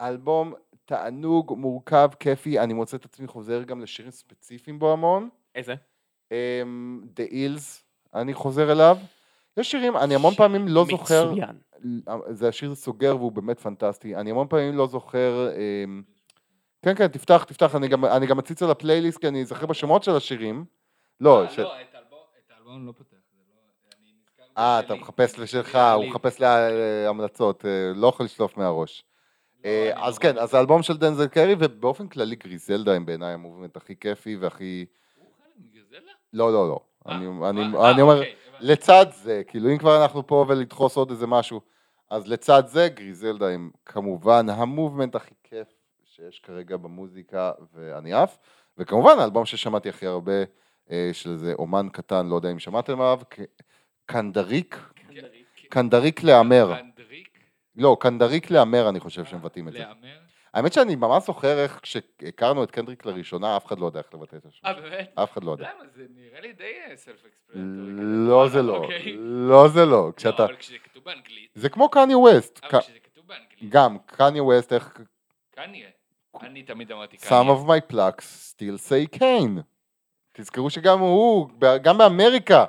S3: אלבום תענוג, מורכב, כיפי, אני מוצא את עצמי חוזר גם לשירים ספציפיים בו המון.
S1: איזה?
S3: אמ, The Eels, אני חוזר אליו. יש שירים, אני המון פעמים לא זוכר,
S1: מצוין.
S3: זה השיר סוגר והוא באמת פנטסטי, אני המון פעמים לא זוכר, אמ, כן כן, תפתח, תפתח, אני גם- אני גם אציץ על הפלייליסט כי אני אזכר בשמות של השירים. לא,
S2: אה,
S3: ש-
S2: לא, את האלבום- את האלבום לא פותח. זה לא- אני נזכר
S3: אה,
S2: בשלי.
S3: אתה מחפש לשלך,
S2: נראה
S3: הוא
S2: לי.
S3: מחפש להמלצות, לא יכול לשלוף מהראש.
S2: לא,
S3: אה,
S2: אני
S3: אז
S2: לא-
S3: כן, אז האלבום של דנזל קרי, ובאופן כללי גריזלדה הם בעיניי המובמנט הכי כיפי והכי...
S2: הוא חלק מגזלה?
S3: לא, לא, לא.
S2: אה,
S3: אני
S2: אה,
S3: אני-
S2: אה,
S3: אני אומר,
S2: אוקיי, הבנתי.
S3: לצד זה, כאילו אם כבר אנחנו פה ולדחוס עוד איזה משהו, אז לצד זה גריזלדה הם כמובן המובמנט הכי כיף שיש כרגע במוזיקה ואני עף, וכמובן האלבום ששמעתי הכי הרבה אה, של איזה אומן קטן, לא יודע אם שמעתם עליו, ק- קנדריק,
S2: כן.
S3: קנדריק להמר,
S2: קנדריק?
S3: לא, קנדריק להמר אני חושב שמבטאים את זה.
S2: להמר?
S3: האמת שאני ממש זוכר איך כשהכרנו את קנדריק לראשונה, אף אחד לא יודע איך לבטא את השם,
S2: אה, באמת?
S3: אף אחד לא יודע.
S2: למה? זה נראה לי די אה, סלף אקספרנטורי.
S3: לא זה לא, לא זה לא, כשאתה...
S2: אבל כשזה כתוב באנגלית,
S3: זה כמו קניה ווסט,
S2: אבל
S3: ק-
S2: כשזה כתוב באנגלית,
S3: גם קניה ווסט, איך...
S2: קניה. אני תמיד אמרתי קניה.
S3: Some of my plucks still say Kane. תזכרו שגם הוא, ב- גם באמריקה.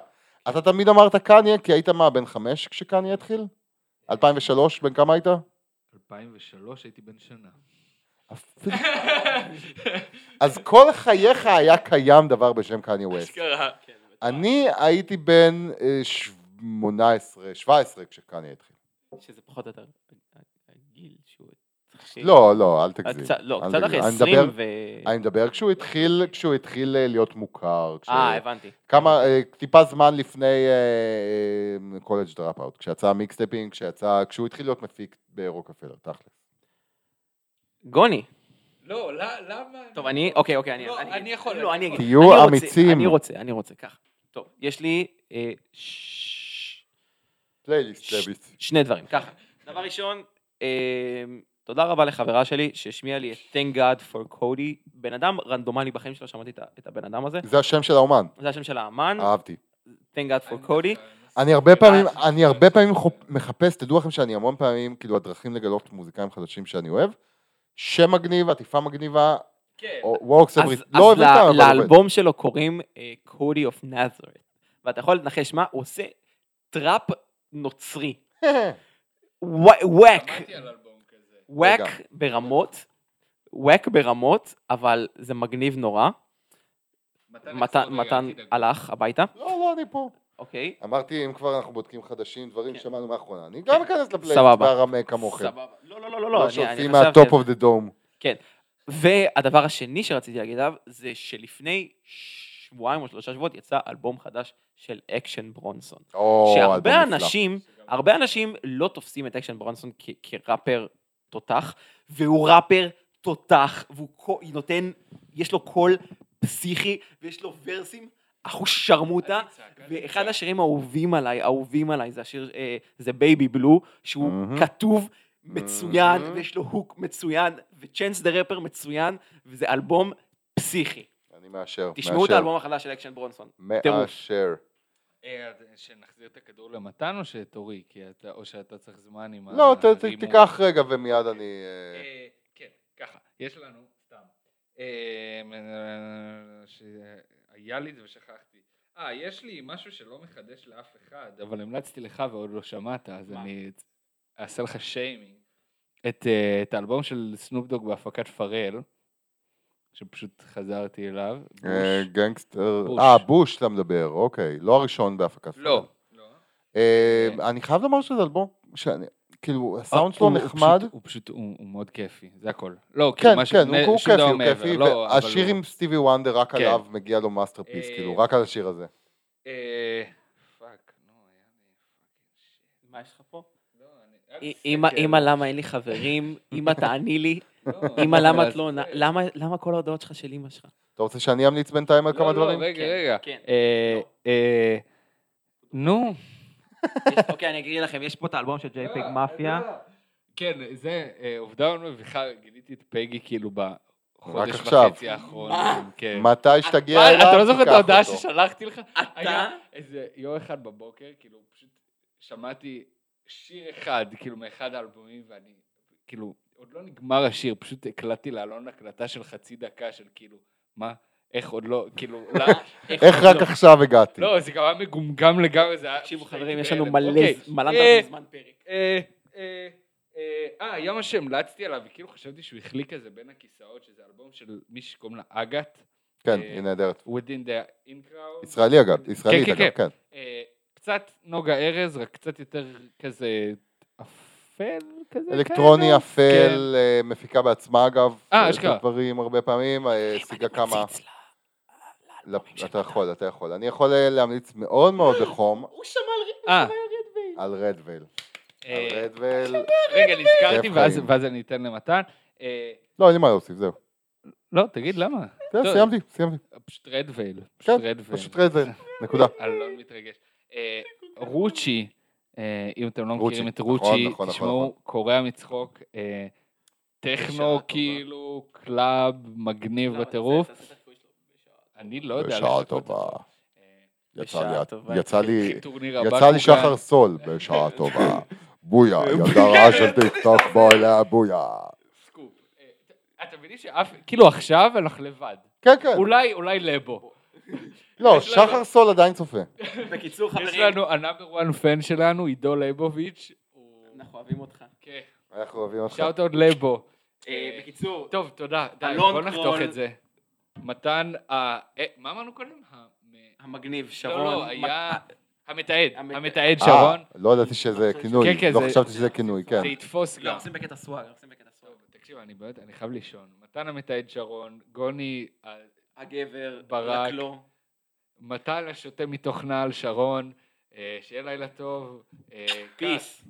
S3: אתה תמיד אמרת קניה, כי היית מה, בן חמש כשקניה התחיל? 2003, בן כמה היית?
S2: 2003 הייתי בן שנה.
S3: אפילו- אז כל חייך היה קיים דבר בשם קניה ווסט.
S2: אשכרה.
S3: אני הייתי בן אה, 18, 17 כשקניה התחיל.
S1: שזה פחות או יותר הגיל שהוא... התחיל.
S3: לא, לא, אל
S1: אה,
S3: תגזים.
S1: קצת- לא,
S3: אל
S1: קצת אחרי
S3: תגזים. אני
S1: 20
S3: מדבר-
S1: ו...
S3: אני מדבר כשהוא התחיל, כשהוא התחיל אה, להיות מוכר. כש-
S1: אה, הבנתי.
S3: כמה, אה, טיפה זמן לפני אה, קולג' דראפאוט, כשיצא מיקסטייפינג, כשיצא, כשהוא התחיל להיות מפיק ברוקפלר, תכל'ס.
S1: גוני.
S2: [LAUGHS] לא, ל- למה?
S1: טוב, אני, אוקיי, אוקיי, אני...
S2: לא, אני יכול,
S1: לא,
S2: אני
S1: אני אגיד.
S3: תהיו
S1: אני רוצה,
S3: אמיצים.
S1: אני רוצה, אני רוצה, ככה. טוב, יש לי אה, ש-
S3: פלייליסט,
S1: ש-
S3: לויס.
S1: שני דברים, ככה. דבר ראשון, אה, תודה רבה לחברה שלי שהשמיעה לי את Thank God for Cody. בן אדם רנדומלי בחיים שלו, שמעתי את ה- את הבן אדם הזה.
S3: זה השם של האומן,
S1: זה השם של האמן,
S3: אהבתי.
S1: Thank God for Cody.
S3: אני הרבה פעמים, אני הרבה פעמים חופ- מחפש, תדעו לכם שאני המון פעמים, כאילו הדרכים לגלות מוזיקאים חדשים שאני אוהב, שם מגניב, עטיפה מגניבה,
S2: כן.
S3: או וורקס
S1: אז-
S3: אברית, לא
S1: אז
S3: הבאת,
S1: ל-
S3: אבל עובד.
S1: לאלבום שלו קוראים אה, Cody of Nazareth. ואתה יכול לנחש מה, הוא עושה טראפ נוצרי. וואק.
S2: שמעתי על אלבום כזה.
S1: וואק
S3: רגע.
S1: ברמות, וואק ברמות, אבל זה מגניב נורא. מתן,
S2: אקספורט, רגע,
S1: מתן
S2: אל תדאג.
S1: הלך הביתה,
S3: [LAUGHS] לא, לא, אני פה.
S1: אוקיי?
S3: אמרתי, אם כבר אנחנו בודקים חדשים, דברים
S1: כן.
S3: שמענו מאחרונה, אני גם אכנס
S1: סבבה.
S3: לפלייליסט והרמה כמוכם.
S1: סבבה. לא, לא, לא, לא, לא,
S3: לא
S1: אני, אני
S3: שעושים
S1: חשבתי...
S3: מהטופ
S1: על
S3: אוף דה דום.
S1: זה. והדבר השני שרציתי להגיד עליו, זה שלפני שבועיים או שלושה שבועות יצא אלבום חדש של אקשן ברונסון. שהרבה אנשים, הרבה אנשים לא תופסים את אקשן ברונסון כ- כראפר תותח, והוא ראפר תותח, והוא כו- נותן, יש לו קול פסיכי, ויש לו ורסים, אחו שרמוטה,
S2: אני צעק, אני
S1: ואחד
S2: צעק.
S1: השירים האהובים עליי, האהובים עליי, זה השיר, אה, זה בייבי בלו, שהוא
S3: מהמם.
S1: כתוב מצוין,
S3: מהמם.
S1: ויש לו הוק מצוין, וצ'אנס דה רפר מצוין, וזה אלבום פסיכי.
S3: אני מאשר.
S1: תשמעו את האלבום החדש של אקשן ברונסון. טירוף.
S3: מאשר.
S2: אה, אז שנחזיר את הכדור למתן או שתורי? כי אתה, או שאתה צריך זמן עם
S3: לא, ת- ת-
S2: הרימון?
S3: תיקח רגע ומיד אני... אה,
S2: אה, כן, ככה. יש לנו, סתם. אה, אה, שהיה לי את זה ושכחתי. אה, יש לי משהו שלא מחדש לאף אחד, אבל המלצתי לך ועוד לא שמעת, אז
S1: מה?
S2: אני אעשה לך שיימינג. את, אה, את האלבום של סנופ דוג בהפקת פארל, שפשוט חזרתי אליו.
S3: אה,
S2: בוש.
S3: גנגסטר...
S2: בוש.
S3: אה, בוש אתה מדבר, אוקיי. לא הראשון בהפקת
S2: לא.
S3: פארל.
S2: לא.
S3: אה,
S2: אוקיי.
S3: אני חייב לומר שזה אלבום שאני... כאילו, הסאונד
S2: אה,
S3: שלו
S2: הוא- הוא
S3: נחמד.
S2: פשוט- הוא פשוט, הוא הוא מאוד כיפי, זה הכל. לא,
S3: כן,
S2: כאילו, מה ש-
S3: כן, הוא-
S2: נ-
S3: הוא
S2: שום
S3: כיפי,
S2: דבר
S3: הוא
S2: מעבר,
S3: כיפי.
S2: לא, אבל
S3: והשיר
S2: הוא-
S3: עם סטיבי וונדר, רק
S2: כן.
S3: עליו מגיע לו מאסטרפיס,
S2: אה,
S3: כאילו, רק על השיר הזה.
S2: אה, פאק, נו, היה לי פאקינג שיט.
S1: מה יש לך פה?
S2: לא, אני- היה לי
S1: אמא,
S2: סקר.
S1: אמא, למה אין לי חברים? אמא, תעני לי.
S2: לא,
S1: אמא, למה את
S2: אז-
S1: לא... עונה? למה- למה כל ההודעות שלך של אמא שלך?
S3: אתה רוצה שאני אמליץ בינתיים על
S2: לא,
S3: כמה
S2: לא,
S3: דברים?
S2: רגע,
S1: כן,
S2: רגע.
S1: כן,
S2: אה,
S1: לא.
S2: אה, נו.
S1: יש- אוקיי, אני אגיד לכם, יש פה את האלבום של ג'ייפג מאפיה.
S2: כן, זה אה, עובדה מאוד מביכה, גיליתי את פגי כאילו בחודש
S3: רק עכשיו.
S2: וחצי האחרונים. כן.
S3: מתי שתגיע
S2: וואי,
S3: אליו,
S2: אתה לא זוכר את
S3: תיקח
S2: ההודעה
S3: אותו.
S2: ששלחתי לך?
S1: אתה?
S2: היה איזה יום אחד בבוקר, כאילו, פשוט שמעתי שיר אחד, כאילו, מאחד האלבומים, ואני, כאילו, עוד לא נגמר השיר, פשוט הקלטתי לאלון הקלטה של חצי דקה של כאילו, מה, איך עוד לא,
S1: [LAUGHS]
S2: כאילו, לא,
S3: איך
S1: עוד
S3: רק
S1: לא?
S3: עכשיו הגעתי?
S2: לא, זה גם היה מגומגם לגמרי, זה היה...
S1: תקשיבו
S2: פשוט
S1: חברים,
S2: הייתי
S1: יש לנו
S2: בהלם.
S1: מלא,
S2: אוקיי,
S1: מלא
S2: אה,
S1: זמן פרק.
S2: אה, אה, אה, אה, היה מה שהמלצתי עליו, וכאילו חשבתי שהוא החליק כזה בין הכיסאות, שזה אלבום של מישהי שקוראים לה אגת,
S3: כן,
S2: אה,
S3: היא נהדרת.
S2: within the in crowd.
S3: ישראלי אגב, ישראלית
S2: כן,
S3: אגב,
S2: כן.
S3: כן.
S2: אה, קצת נוגה ארז, רק קצת יותר כזה אפל כזה.
S3: אלקטרוני
S2: כאילו.
S3: אפל, אה, מפיקה בעצמה אגב.
S2: אה,
S3: את
S2: אשכרה.
S3: הדברים הרבה פעמים, אה, השיגה כמה...
S1: מציץ לה-
S3: לא,
S1: לאלבומים של
S3: אתה
S1: מתן.
S3: יכול, אתה יכול. אני יכול אה, להמליץ מאוד מאוד בחום
S1: הוא שמע על ריב.
S2: אה,
S3: על רדוויל. על
S2: אה,
S3: רדוויל...
S2: רגע, נזכרתי,
S3: כיף
S2: ואז-
S3: חיים.
S2: ואז אני אתן למתן. אה,
S3: לא, אין לי מה להוסיף, זהו.
S2: לא, תגיד למה.
S3: זהו,
S2: טוב.
S3: סיימתי, סיימתי.
S2: פשוט רדווייל.
S3: כן,
S2: פשוט רדווייל.
S3: פשוט רדוויל, נקודה.
S2: אלון לא, מתרגש. אה, רוצ'י, אה, אם אתם לא
S3: רוצ'י,
S2: מכירים את
S3: נכון,
S2: רוצ'י,
S3: נכון, נכון,
S2: תשמעו, קורע מצחוק, אה,
S1: בשעה
S2: טכנו
S1: טובה.
S2: כאילו, קלאב, מגניב
S1: למה,
S2: בטירוף.
S1: תעשה- תעשה את הקוויץ' שלו בשעה.
S2: אני לא יודע.
S3: בשעה
S2: לחכות את
S3: טובה.
S2: זה. אה,
S3: יצא
S1: בשעה
S3: לי-
S1: טובה.
S3: יצא לי...
S2: התחיל טורניר
S3: יצא
S2: הבקוגן.
S3: לי שחר סול בשעה
S2: [LAUGHS]
S3: טובה. בויה, ילדה רעה של טיקטוק, בוא אליה בויה.
S2: סקופ. אה, ת- אתם מבינים שאף, כאילו עכשיו אנחנו לבד.
S3: כן, כן.
S2: אולי, אולי לבו.
S3: לא,
S2: יש לנו-
S3: שחר סול עדיין צופה.
S1: בקיצור,
S2: יש
S1: חברים,
S2: לנו, הנאמבר 1 פן שלנו, עידו ליבוביץ'.
S1: אנחנו אוהבים אותך.
S2: כן,
S3: אנחנו אוהבים אותך.
S2: שאוט עוד לבו.
S1: אה,
S2: אה,
S1: בקיצור,
S2: טוב, תודה. די,
S1: אלון
S2: בוא נחתוך
S1: קרול.
S2: את זה. מתן, ה- אה, מה אמרנו קודם? המ-
S1: המגניב,
S2: לא,
S1: שרון.
S2: לא, היה... המתעד,
S1: המת-
S2: המתעד
S3: אה,
S2: שרון.
S3: לא ידעתי שזה
S1: כן,
S3: כינוי,
S2: כן,
S3: לא
S2: זה-
S3: חשבתי שזה כינוי, כן.
S2: זה יתפוס
S1: לא,
S2: גם.
S1: עושים בקטע סואר, עושים בקטע סואר.
S2: טוב, תקשיב, אני באמת, אני חייב לישון. מתן המתעד שרון, גוני, ה-
S1: הגבר, לא.
S2: ברק.
S1: לקלו.
S2: מתן השותה מתוך נעל שרון, אה, שיהיה לילה טוב. אה,
S1: פיס.